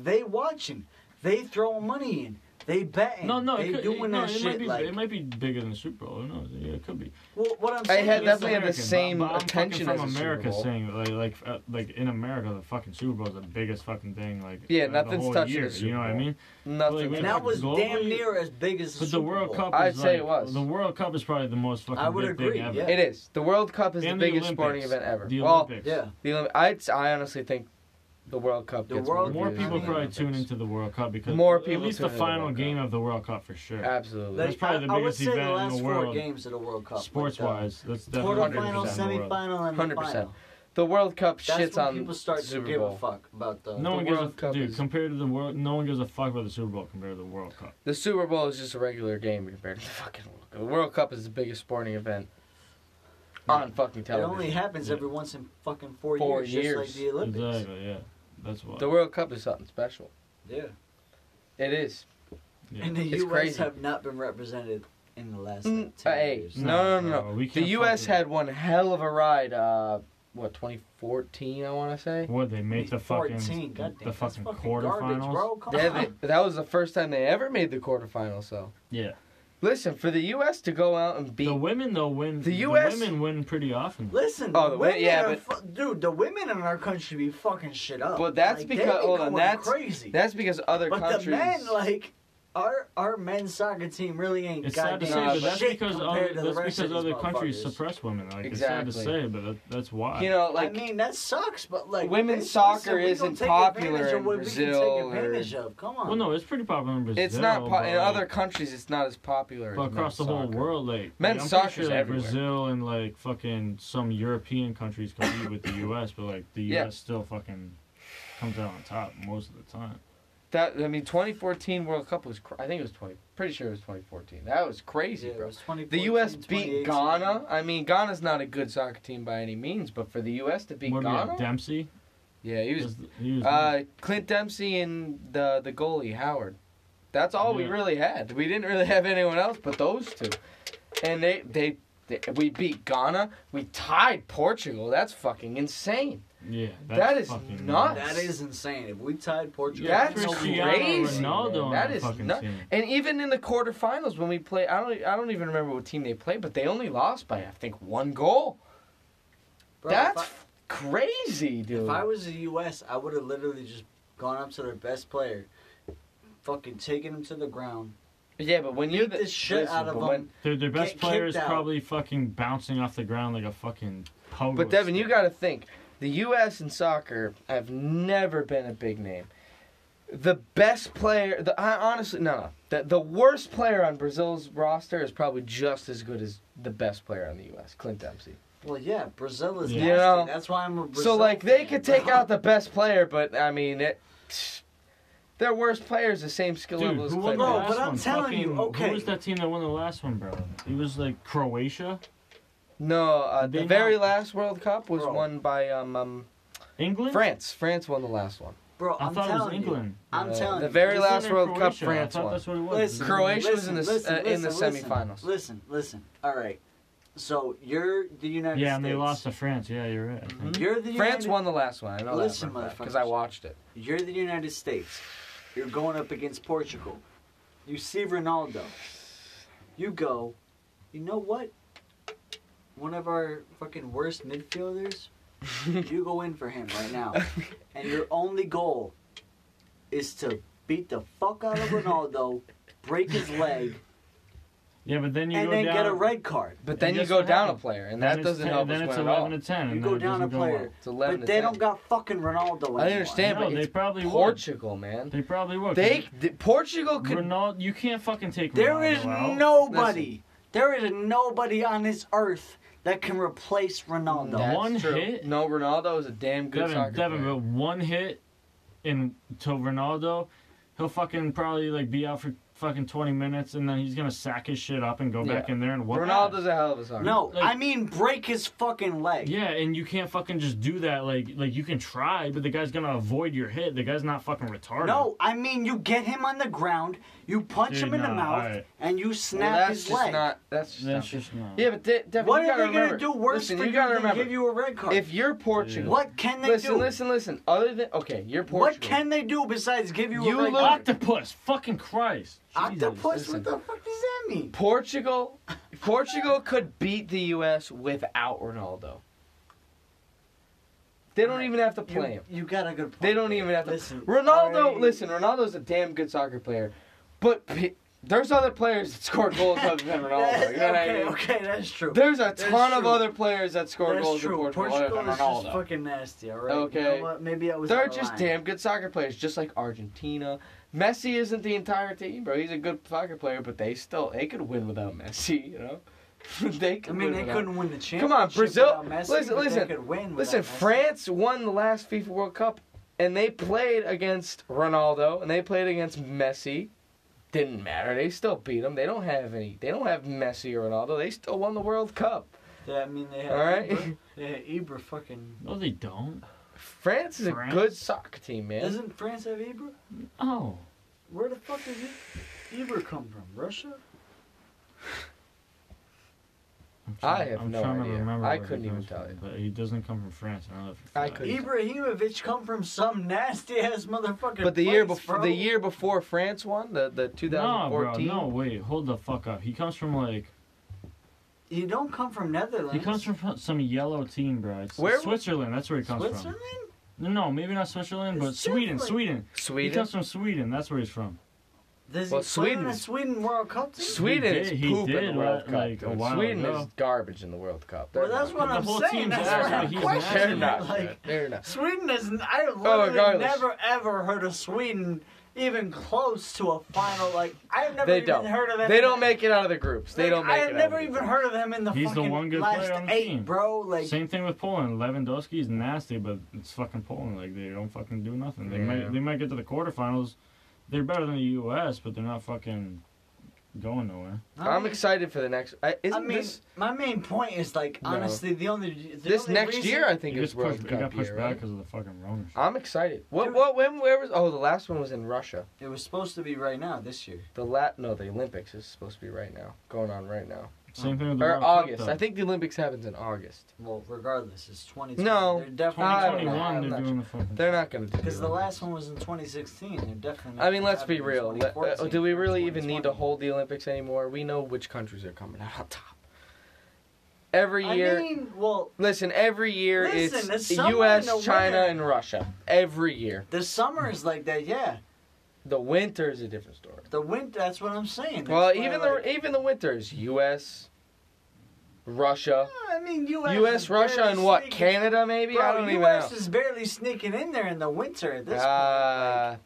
they watching, they throw money in, they betting,
No, no,
they
it could,
doing
no,
that
it
shit.
might be
like,
it might be bigger than the Super Bowl. Who knows? Yeah, it could be.
well, what I'm
I
saying
had
is,
definitely had
American,
the same
but, but I'm fucking
attention
from
as the
America
Super Bowl.
saying like like uh, like in America the fucking Super Bowl is the biggest fucking thing like
Yeah,
of the
nothing's
whole
touching
year,
the Super
you know what I
Bowl.
mean
Nothing.
Like,
and that was damn
globally-
near as big as the,
but the
Super
World
Bowl.
Cup
I'd
is
say
like,
it was.
the World Cup is probably the most fucking
I would
big
agree,
thing ever
yeah.
it is. The World Cup is
And
the
the
biggest sporting
Olympics.
event ever.
the
well,
Olympics
Yeah,
The Olymp- I I honestly think the World Cup.
The
gets
World
more
Yeah.
views
people
than the
probably tune
Olympics.
into the World Cup because
More
at
people
least
tune
the
into the
final
World
game of the World Cup for sure
Absolutely.
That's probably the
I, I would
biggest
say the
event in
last
the
four
world,
games of the World Cup. like uh,
sports
the
wise that's definitely the
quarterfinal,
biggest event in the world.
semifinal, and
100%.
the final.
the World Cup
That's
shits
when
on
people start
Super
to give
Bowl.
a fuck about the.
no
The
one gives
World
a
Cup
dude
is-
compared to the world no one gives a fuck about the Super Bowl compared to the World Cup
The Super Bowl is just a regular game compared to the fucking World Cup. The World Cup is the biggest sporting event on fucking
it only
television.
happens
Yeah.
every once in fucking four,
Four
years, just like
years.
the Olympics.
exactly yeah that's why
The World Cup is something special.
Yeah.
It is.
Yeah.
And the
It's
U.S.
crazy.
have not been represented in the last
Mm,
like, 10
hey,
years.
No, no, no,
we
The
can't
U.S.
fucking-
had one hell of a ride. Uh, what 2014? I want to say.
What they make the fucking
14, goddamn,
the
that's
fucking
garbage,
quarterfinals?
bro. Come
They-
on.
they- that was the first time they ever made the quarterfinals. So
yeah,
listen, for the U.S. to go out and beat
the women though win.
The US
women win pretty often.
Listen,
Oh,
the
the
women
wi- yeah,
are
but-
fu- dude, the women in our country be fucking shit up.
But that's
Like, they
because-
be
hold on,
going
that's-
crazy.
That's because other
but
countries.
the men, like our our men's soccer team, really ain't
It's sad to
goddamn
say, but that's
shit
because
compared
other,
to the
that's
rest
because
of these
other countries
motherfuckers.
suppress women. Like it's sad to
Exactly.
say, but that, that's why.
you know,
Like,
like
I mean, that sucks, but like
Women's
bitch,
soccer
listen, we
isn't
gonna take
popular
advantage of
in
what
Brazil
We can
or-
take advantage of. Come on.
well, no, it's pretty popular in Brazil.
it's not po-
but,
in other countries. It's not as popular.
But
as
across the
men's
whole
soccer.
world, like
Men's
like, I'm pretty
soccer's
sure, like,
everywhere.
Brazil and like fucking some European countries compete with the U.S., but like the
Yeah.
U.S. still fucking comes out on top most of the time.
That I mean, 2014 World Cup was. Cr- I think it was 20. Pretty sure it was 2014. That was crazy,
Yeah, it
bro.
was 2014,
The U.S.
2018.
beat Ghana. I mean, Ghana's not a good soccer team by any means, but for the U.S. to beat
What do we have,
Ghana,
Dempsey?
yeah, he was.
Is- he was-
Uh, Clint Dempsey and the the goalie Howard. That's all we
Yeah.
really had. We didn't really have anyone else but those two. And they, they, they we beat Ghana. We tied Portugal. That's fucking insane.
Yeah,
That is
fucking
nuts.
That is insane. If we tied Portugal,
That's
no way.
Cristiano
crazy,
Ronaldo
man.
on
That
the
is
fucking
nut-
team.
And even in the quarterfinals when we play, I don't, I don't even remember what team they played, but they only lost by I think one goal.
Bro,
That's
if
f crazy,
I,
dude.
if I was the U.S., I would have literally just gone up to their best player, fucking taken him to the ground,
yeah, but when you're
beat
the
the shit
listen,
out of
but
him.
when-
Their, their best
Get
player
kicked
is
out.
probably fucking bouncing off the ground like a fucking pogo.
But Devin,
stick.
you got to think. The U.S. in soccer have never been a big name. The best player, the I, honestly, no, no. The, the worst player on Brazil's roster is probably just as good as the best player on the U.S., Clint Dempsey.
Well, yeah, Brazil is
Yeah.
nasty.
Yeah.
That's why I'm a Brazil
so, like, they
fan,
could
bro.
take out the best player, but, I mean, it, their worst player is the same skill
Dude,
level as
who won
Clint
the
Bro,
last
but
Dempsey.
I'm
one?
telling you,
Fucking-
okay.
Who was that team that won the last one, bro? It was like Croatia,
No, uh, the
They not-
very last World Cup was
Bro.
won by um, um,
England.
France. France won the last one.
bro,
I
I'm
thought it
telling
was England.
you, I'm
Uh,
telling
the
you,
very
Isn't
last
it
World Cup,
Croatia?
France
I thought
won.
that's what it was.
Listen,
Croatia was in the s-
listen,
uh, in the
listen, listen,
semifinals.
Listen, listen. All right. So you're the United States.
Yeah, and they lost to France. Yeah, you're right. I think.
You're the
France
United-
won the last one. I know
Listen,
that because
motherfuckers.
I watched it.
You're the United States. You're going up against Portugal. You see Ronaldo. You go. You know what? One of our fucking worst midfielders. you go in for him right now, and your only goal is to beat the fuck out of Ronaldo, break his leg,
Yeah, but then you
and
go
then
down.
get a red card.
But
And
then you
guess
go
what
down
happened?
a player, and
then
that
it's
doesn't
ten-
help
then
us
it's
win at all.
eleven to ten. And
You
then
go
it
down a
doesn't go well.
player,
It's eleven
but
to
they
10.
don't got fucking Ronaldo. Anymore.
I understand,
No,
but
they
it's
probably would.
Portugal, man.
They probably would.
They the, Portugal could.
Ronaldo, you can't fucking take.
There
Ronaldo
is
out.
nobody. There is nobody on this earth that can replace Ronaldo.
That-
That's
one
true.
hit?
No, Ronaldo is a damn good
Devin,
soccer
Devin,
player.
but one hit in to Ronaldo, he'll fucking probably like be out for fucking twenty minutes, and then he's gonna sack his shit up and go back
Yeah.
in there and whoop.
Ronaldo's a hell of a soccer.
No,
Like-
I mean break his fucking leg.
Yeah, and you can't fucking just do that. Like, like you can try, but the guy's gonna avoid your hit. The guy's not fucking retarded.
No, I mean you get him on the ground, you punch
Dude,
him in the
nah,
mouth,
alright.
and you
player.
snap
well, that's
his
just
leg.
not. That's just
that's
not.
just not.
Yeah, but De- Devin,
what
you
are
gotta
they
remember.
gonna do worse
listen,
for
you
you,
gotta
than
remember.
give you a red card?
If you're Portugal,
what can they
listen,
do?
listen, listen. Other than okay, you're Portugal.
what can they do besides give you,
You
a red
look-
card?
Octopus, fucking Christ. Jesus.
Octopus?
listen.
What the fuck does that mean?
Portugal, Portugal could beat the U.S. without Ronaldo. They don't even have to play
You,
him.
you got a good point.
They don't even have to.
Listen,
Ronaldo,
I-
listen, Ronaldo's a damn good soccer player, but p- there's other players that score goals other than Ronaldo. You know what I
okay,
mean?
okay, that's true.
There's a
That's
ton of
true.
other players that score
That's
goals
true.
in Portugal,
Portugal
other
is
than Ronaldo.
just fucking nasty, all right?
Okay.
You know what? Maybe I was.
They're
out of
just
line.
damn good soccer players, just like Argentina. Messi isn't the entire team, bro. He's a good soccer player, but they still they could win without Messi. You know, they could.
I mean,
win
they
without-
couldn't win the championship.
Come on, Brazil-
without Messi,
listen,
but
listen,
They could win without
Listen,
Messi.
France won the last FIFA World Cup, and they played against Ronaldo, and they played against Messi. Didn't matter. They still beat them. They don't have any. They don't have Messi or Ronaldo. They still won the World Cup.
Yeah, I mean, they had.
All right.
Ibra. They had Ibra fucking.
No, they don't.
France is a
France?
good soccer team, man.
Doesn't France have Ibra?
Oh,
Where the fuck did he- Ibra come from? Russia?
I'm
I have no idea. I
where he
couldn't even
comes
tell
from,
you.
But he doesn't come from France. I know that for a
I
fact.
couldn't-
Ibrahimovic come from some nasty ass motherfucking.
but the year
place,
before,
bro.
the year before France won, the the
No, bro.
2014.
No, wait. Hold the fuck up. He comes from like.
He don't come from Netherlands.
He comes from some yellow team, bro. It's
Where-
Switzerland. That's where he comes
Switzerland.
from. No, maybe not Switzerland, but
It's
Sweden.
Switzerland.
Sweden. He
Sweden.
comes from Sweden. That's where he's from.
Does
Well,
he play on
Sweden-
a Sweden World Cup team?
Sweden
He
is
did- he
poop in
did,
the World
like,
Cup.
like, a
dude.
while
Sweden
ago.
is garbage in the World Cup.
Well,
They're
that's
not
what
The
I'm
whole
saying.
team's
That's
ass,
what
but
I'm
he's
good. They're
questioning.
not.
Like,
good. They're not.
Sweden is. I
Oh,
literally
regardless.
never ever heard of Sweden even close to a final. Like I've never
They
even
don't.
heard of them.
They
in
don't
the-
make it out of the groups. They
like,
don't make
I
it.
have
out of
never
the
even
groups.
heard of them in the
He's the
fucking
one good
last
player on the
eight,
team.
bro. Like
Same thing with Poland. Lewandowski's nasty, but it's fucking Poland. Like they don't fucking do nothing. They
Yeah.
might they might get to the quarterfinals. They're better than the U.S., but they're not fucking going nowhere.
I'm excited for the next. I, isn't
I mean,
this
my main point is like
No.
honestly, the only the
this
only
next
reason-
year? I think
It
is
gets
World
pushed, it
Cup
got pushed
year,
back
right? Uh,
because of the fucking Rona. shit.
I'm excited. What?
Dude.
What? When? Where was? Oh, the last one was in Russia.
It was supposed to be right now this year.
The lat? No, the Olympics is supposed to be right now, going on right now,
Same thing with the
or
World Cup,
August.
though.
I think the Olympics happens in August.
Well, regardless, it's 2020.
No.
they're definitely
I don't know.
2021
I'm
they're
not
doing the fucking.
They're not going to do
Because the
it.
last one was in 2016. They're definitely.
I mean, let's be
having
real. Let- uh,
2014
Do we really even need to
2020.
hold the Olympics anymore? We know which countries are coming out on top. Every year,
I mean, well,
listen. Every year,
Listen, there's
it's
someone
U.S.,
in the
China,
winter.
and Russia. Every year,
the summer is like that. Yeah,
the winter is a different story.
the winter. That's what I'm saying. That's
Well,
why,
even
like,
the even the winter is U.S., Russia,
I mean, U.S.
U.S.,
is
Russia,
barely
and what?
sneaking-
Canada, maybe?
Bro,
I don't even know.
US is barely sneaking in there in the winter at this
Uh,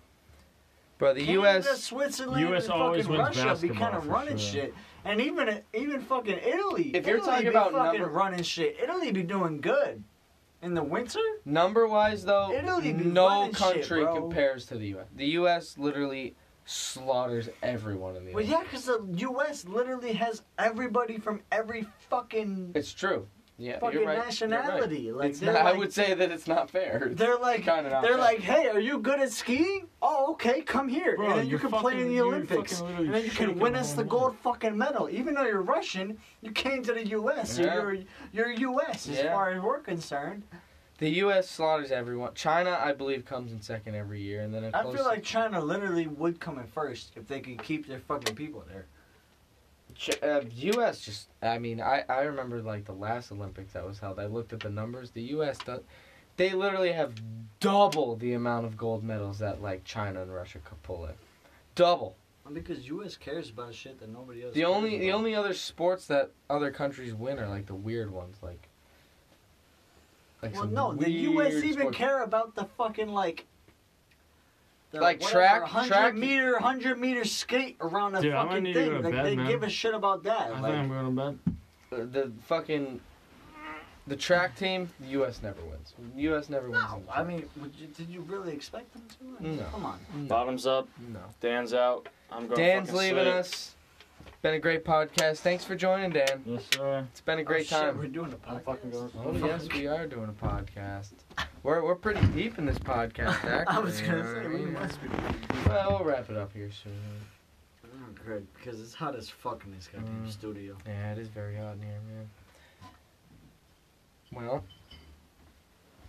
bro, the
point. Like, Canada,
U.S.
Switzerland,
US
and
always
fucking
wins
Russia be
basketball
kind of
for
running
sure.
shit, and even even fucking Italy.
If you're
Italy
talking
be
about
fucking
number-
running shit, Italy be doing good in the winter.
number wise though,
Italy be
no
running shit,
country
bro.
compares to the U.S. The U.S. literally slaughters everyone in the.
Well,
Olympics.
yeah, because the U.S. literally has everybody from every fucking
it's true. Yeah,
fucking
you're right.
nationality.
You're right.
Like,
It's
they're
not- I
like-
would say that it's not fair.
they're like
kinda not
they're
fair.
like, hey, are you good at skiing? Oh, okay, come here,
Bro,
and then you
you're
can
fucking-
play in the
you're
Olympics,
fucking literally
and then you can
shaking
win
the
us
whole
the
world.
gold fucking medal. Even though you're Russian, you came to the U.S. so
Yeah.
You're you're U.S. as
Yeah.
far as we're concerned.
the U.S. slaughters everyone. China, I believe, comes in second every year, and then it
I
goes
feel like China literally would come in first if they could keep their fucking people there.
Ch- uh, U.S. just, I mean, I, I remember like the last Olympics that was held. I looked at the numbers. The U.S. does, they literally have double the amount of gold medals that like China and Russia could pull in. Double.
Because U.S. cares about shit that nobody else.
The only the only other sports that other countries win are like the weird ones, like. Like
Well,
some
no, the U.S.
weird
even
sports.
care about the fucking like. The
Like
whatever,
track-
100
track-
meter, 100 meter skate around the
Dude, I'm gonna
fucking
need to go
thing.
to
Like
bed,
they
man.
give a shit about that.
I
like,
think I'm going to bed.
The, the fucking. The track team, the U.S. never wins. The U.S. never wins.
no,
in the
I
track.
mean, would you, did you really expect them to? I mean,
No.
Come on.
Mm.
Bottoms up.
no.
Dan's out. I'm going.
Dan's
fucking
leaving
sleep.
us. Been a great podcast. Thanks for joining, Dan.
Yes, sir.
It's been a great
Oh, shit,
time.
we're doing a
I'm
podcast.
fucking going.
Oh, yes, we are doing a podcast. We're, we're pretty deep in this podcast, actually.
I was
you
gonna
know
say
what
we
mean?
must be.
Well, we'll wrap it up here soon.
Oh, good, because it's hot as fuck in this goddamn
Mm.
studio.
Yeah, it is very hot in here, man. Well,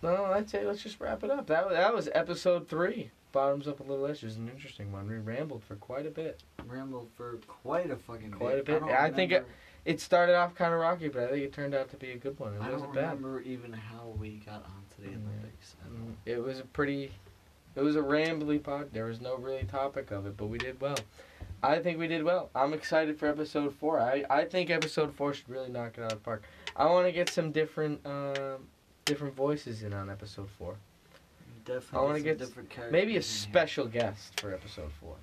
no, I'd say let's just wrap it up. That, wa- that was episode three. Bottoms up a little itch is an interesting one. We rambled for quite a bit.
Rambled for quite a fucking bit.
Quite a bit.
don't
I think it-
remember-
It started off kind of rocky, but I think it turned out to be a good one. It
I don't
wasn't bad.
remember even how we got onto the
Mm.
Olympics. I don't-
Mm, It was a pretty, it was a rambly pod. There was no really topic of it, but we did well. I think we did well. I'm excited for episode four. I, I think episode four should really knock it out of the park. I want to get some different um, different voices in on episode four.
Definitely.
I wanna
some
get s-
different characters
Maybe
in
a
here.
special guest for episode four.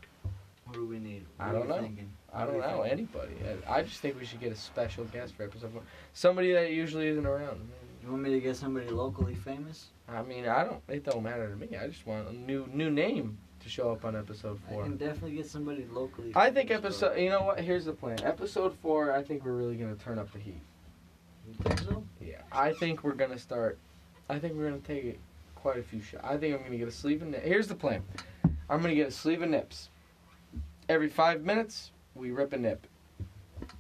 What do we need?
I
What are
don't
you
know.
thinking?
I
What are
don't
you
know
thinking?
anybody. I, I just think we should get a special guest for episode four. Somebody that usually isn't around.
You want me to get somebody locally famous?
I mean, I don't. It don't matter to me. I just want a new new name to show up on episode four.
I can definitely get somebody locally.
I think
famous, bro.
episode. You know what? Here's the plan. Episode four. I think we're really gonna turn up the heat.
You think so?
Yeah. I think we're gonna start. I think we're gonna take it quite a few shots. I think I'm gonna get a sleeve and nip. Here's the plan. I'm gonna get a sleeve and nips. Every five minutes, we rip a nip,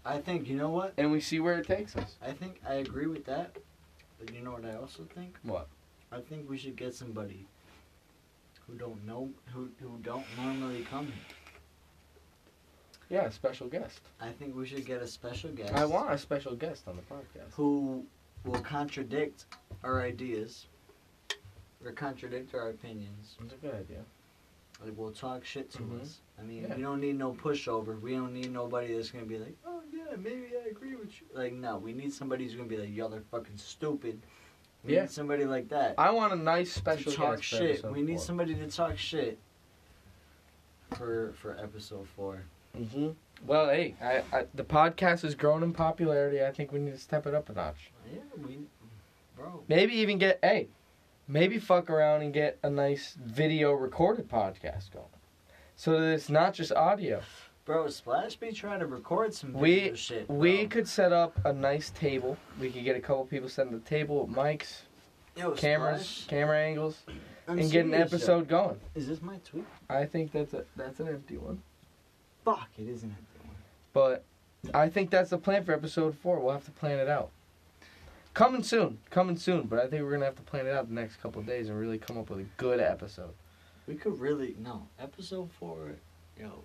I think you know what?
and we see where it takes us.
I think I agree with that. But you know what I also think?
What?
I think we should get somebody who don't know who who don't normally come. here.
Yeah, a special guest.
I think we should get a special guest.
I want a special guest on the podcast.
who will contradict our ideas or contradict our opinions.
It's a good idea.
Like we'll talk shit to
Mhm.
us. I mean,
Yeah.
we don't need no pushover. We don't need nobody that's gonna be like, oh yeah, maybe I agree with you. Like no, we need somebody who's gonna be like, y'all are fucking stupid. We
Yeah.
need somebody like that.
I want a nice
to
special
talk
guest. for
shit.
episode
We need
four.
somebody to talk shit. For for episode four.
hmm Well, hey, I, I, the podcast has grown in popularity. I think we need to step it up a notch.
Yeah, we, bro.
Maybe even get, hey, maybe fuck around and get a nice video recorded podcast going. So that it's not just audio.
Bro, Splash be trying to record some
We-
video shit. Bro.
We could set up a nice table. We could get a couple people sitting at the table with mics,
Yo,
cameras,
Oh, Splash,
camera angles,
I'm
and get an
serious, yo.
episode going.
Is this my tweet?
I think that's a that's an empty one.
Fuck, it isn't empty.
But I think that's the plan for episode four. We'll have to plan it out. Coming soon, coming soon. But I think we're gonna have to plan it out the next couple of days and really come up with a good episode.
We could really no episode four, yo.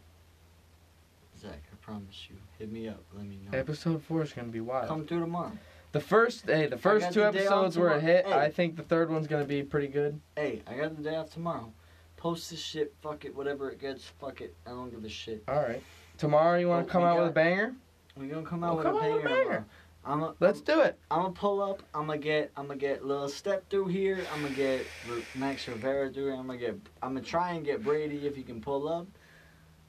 Zach, I promise you, hit me up. Let me know.
Episode four is gonna be wild.
Come through tomorrow.
the first, hey, the
got
first two
the day off
episodes were a
tomorrow.
hit.
Hey.
I think the third one's gonna be pretty good.
Hey, I got the day off tomorrow. Post this shit. Fuck it. Whatever it gets. Fuck it. I don't give a shit.
All right. Tomorrow, you want
Oh,
to come
we
out
got-
with a banger?
We gonna come out
Well,
with
come
a
out with a
banger.
banger.
I'm a,
Let's do it.
I'm gonna pull up. I'm gonna get. I'm gonna get little step through here. I'm gonna get R- Max Rivera through. I'm gonna get. I'm gonna try and get Brady if he can pull up.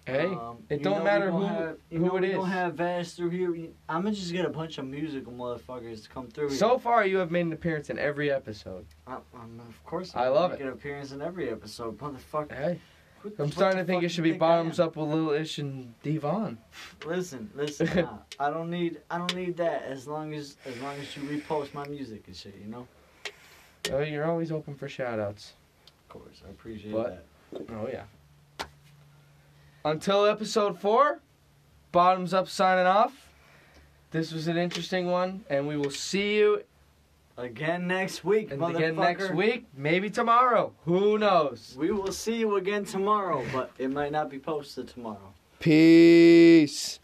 Hey,
Um,
it
you
don't
know we
matter
gonna
who
have, you
who
know
it
we
is.
gonna have Vaz through here. I'm gonna just get a bunch of musical motherfuckers to come through.
So
here.
far, you have made an appearance in every episode.
I, I'm, of course,
I
I'm
love
make
it.
an appearance in every episode, motherfucker.
Hey,
Who-
I'm
what
starting
the
to think
fuck
it
do
should
you
be
think I
bottoms
am?
up with Lil Ish and Devon.
Listen, listen. nah, I don't need. I don't need that. As long as, as long as you repost my music and shit, you know.
Oh, you're always open for shout outs.
Of course, I appreciate
But-
that.
Oh, yeah. Until episode four, bottoms up signing off. This was an interesting one, and we will see you
Again next week,
and
motherfucker.
again next week, maybe tomorrow. Who knows?
We will see you again tomorrow, but it might not be posted tomorrow.
Peace.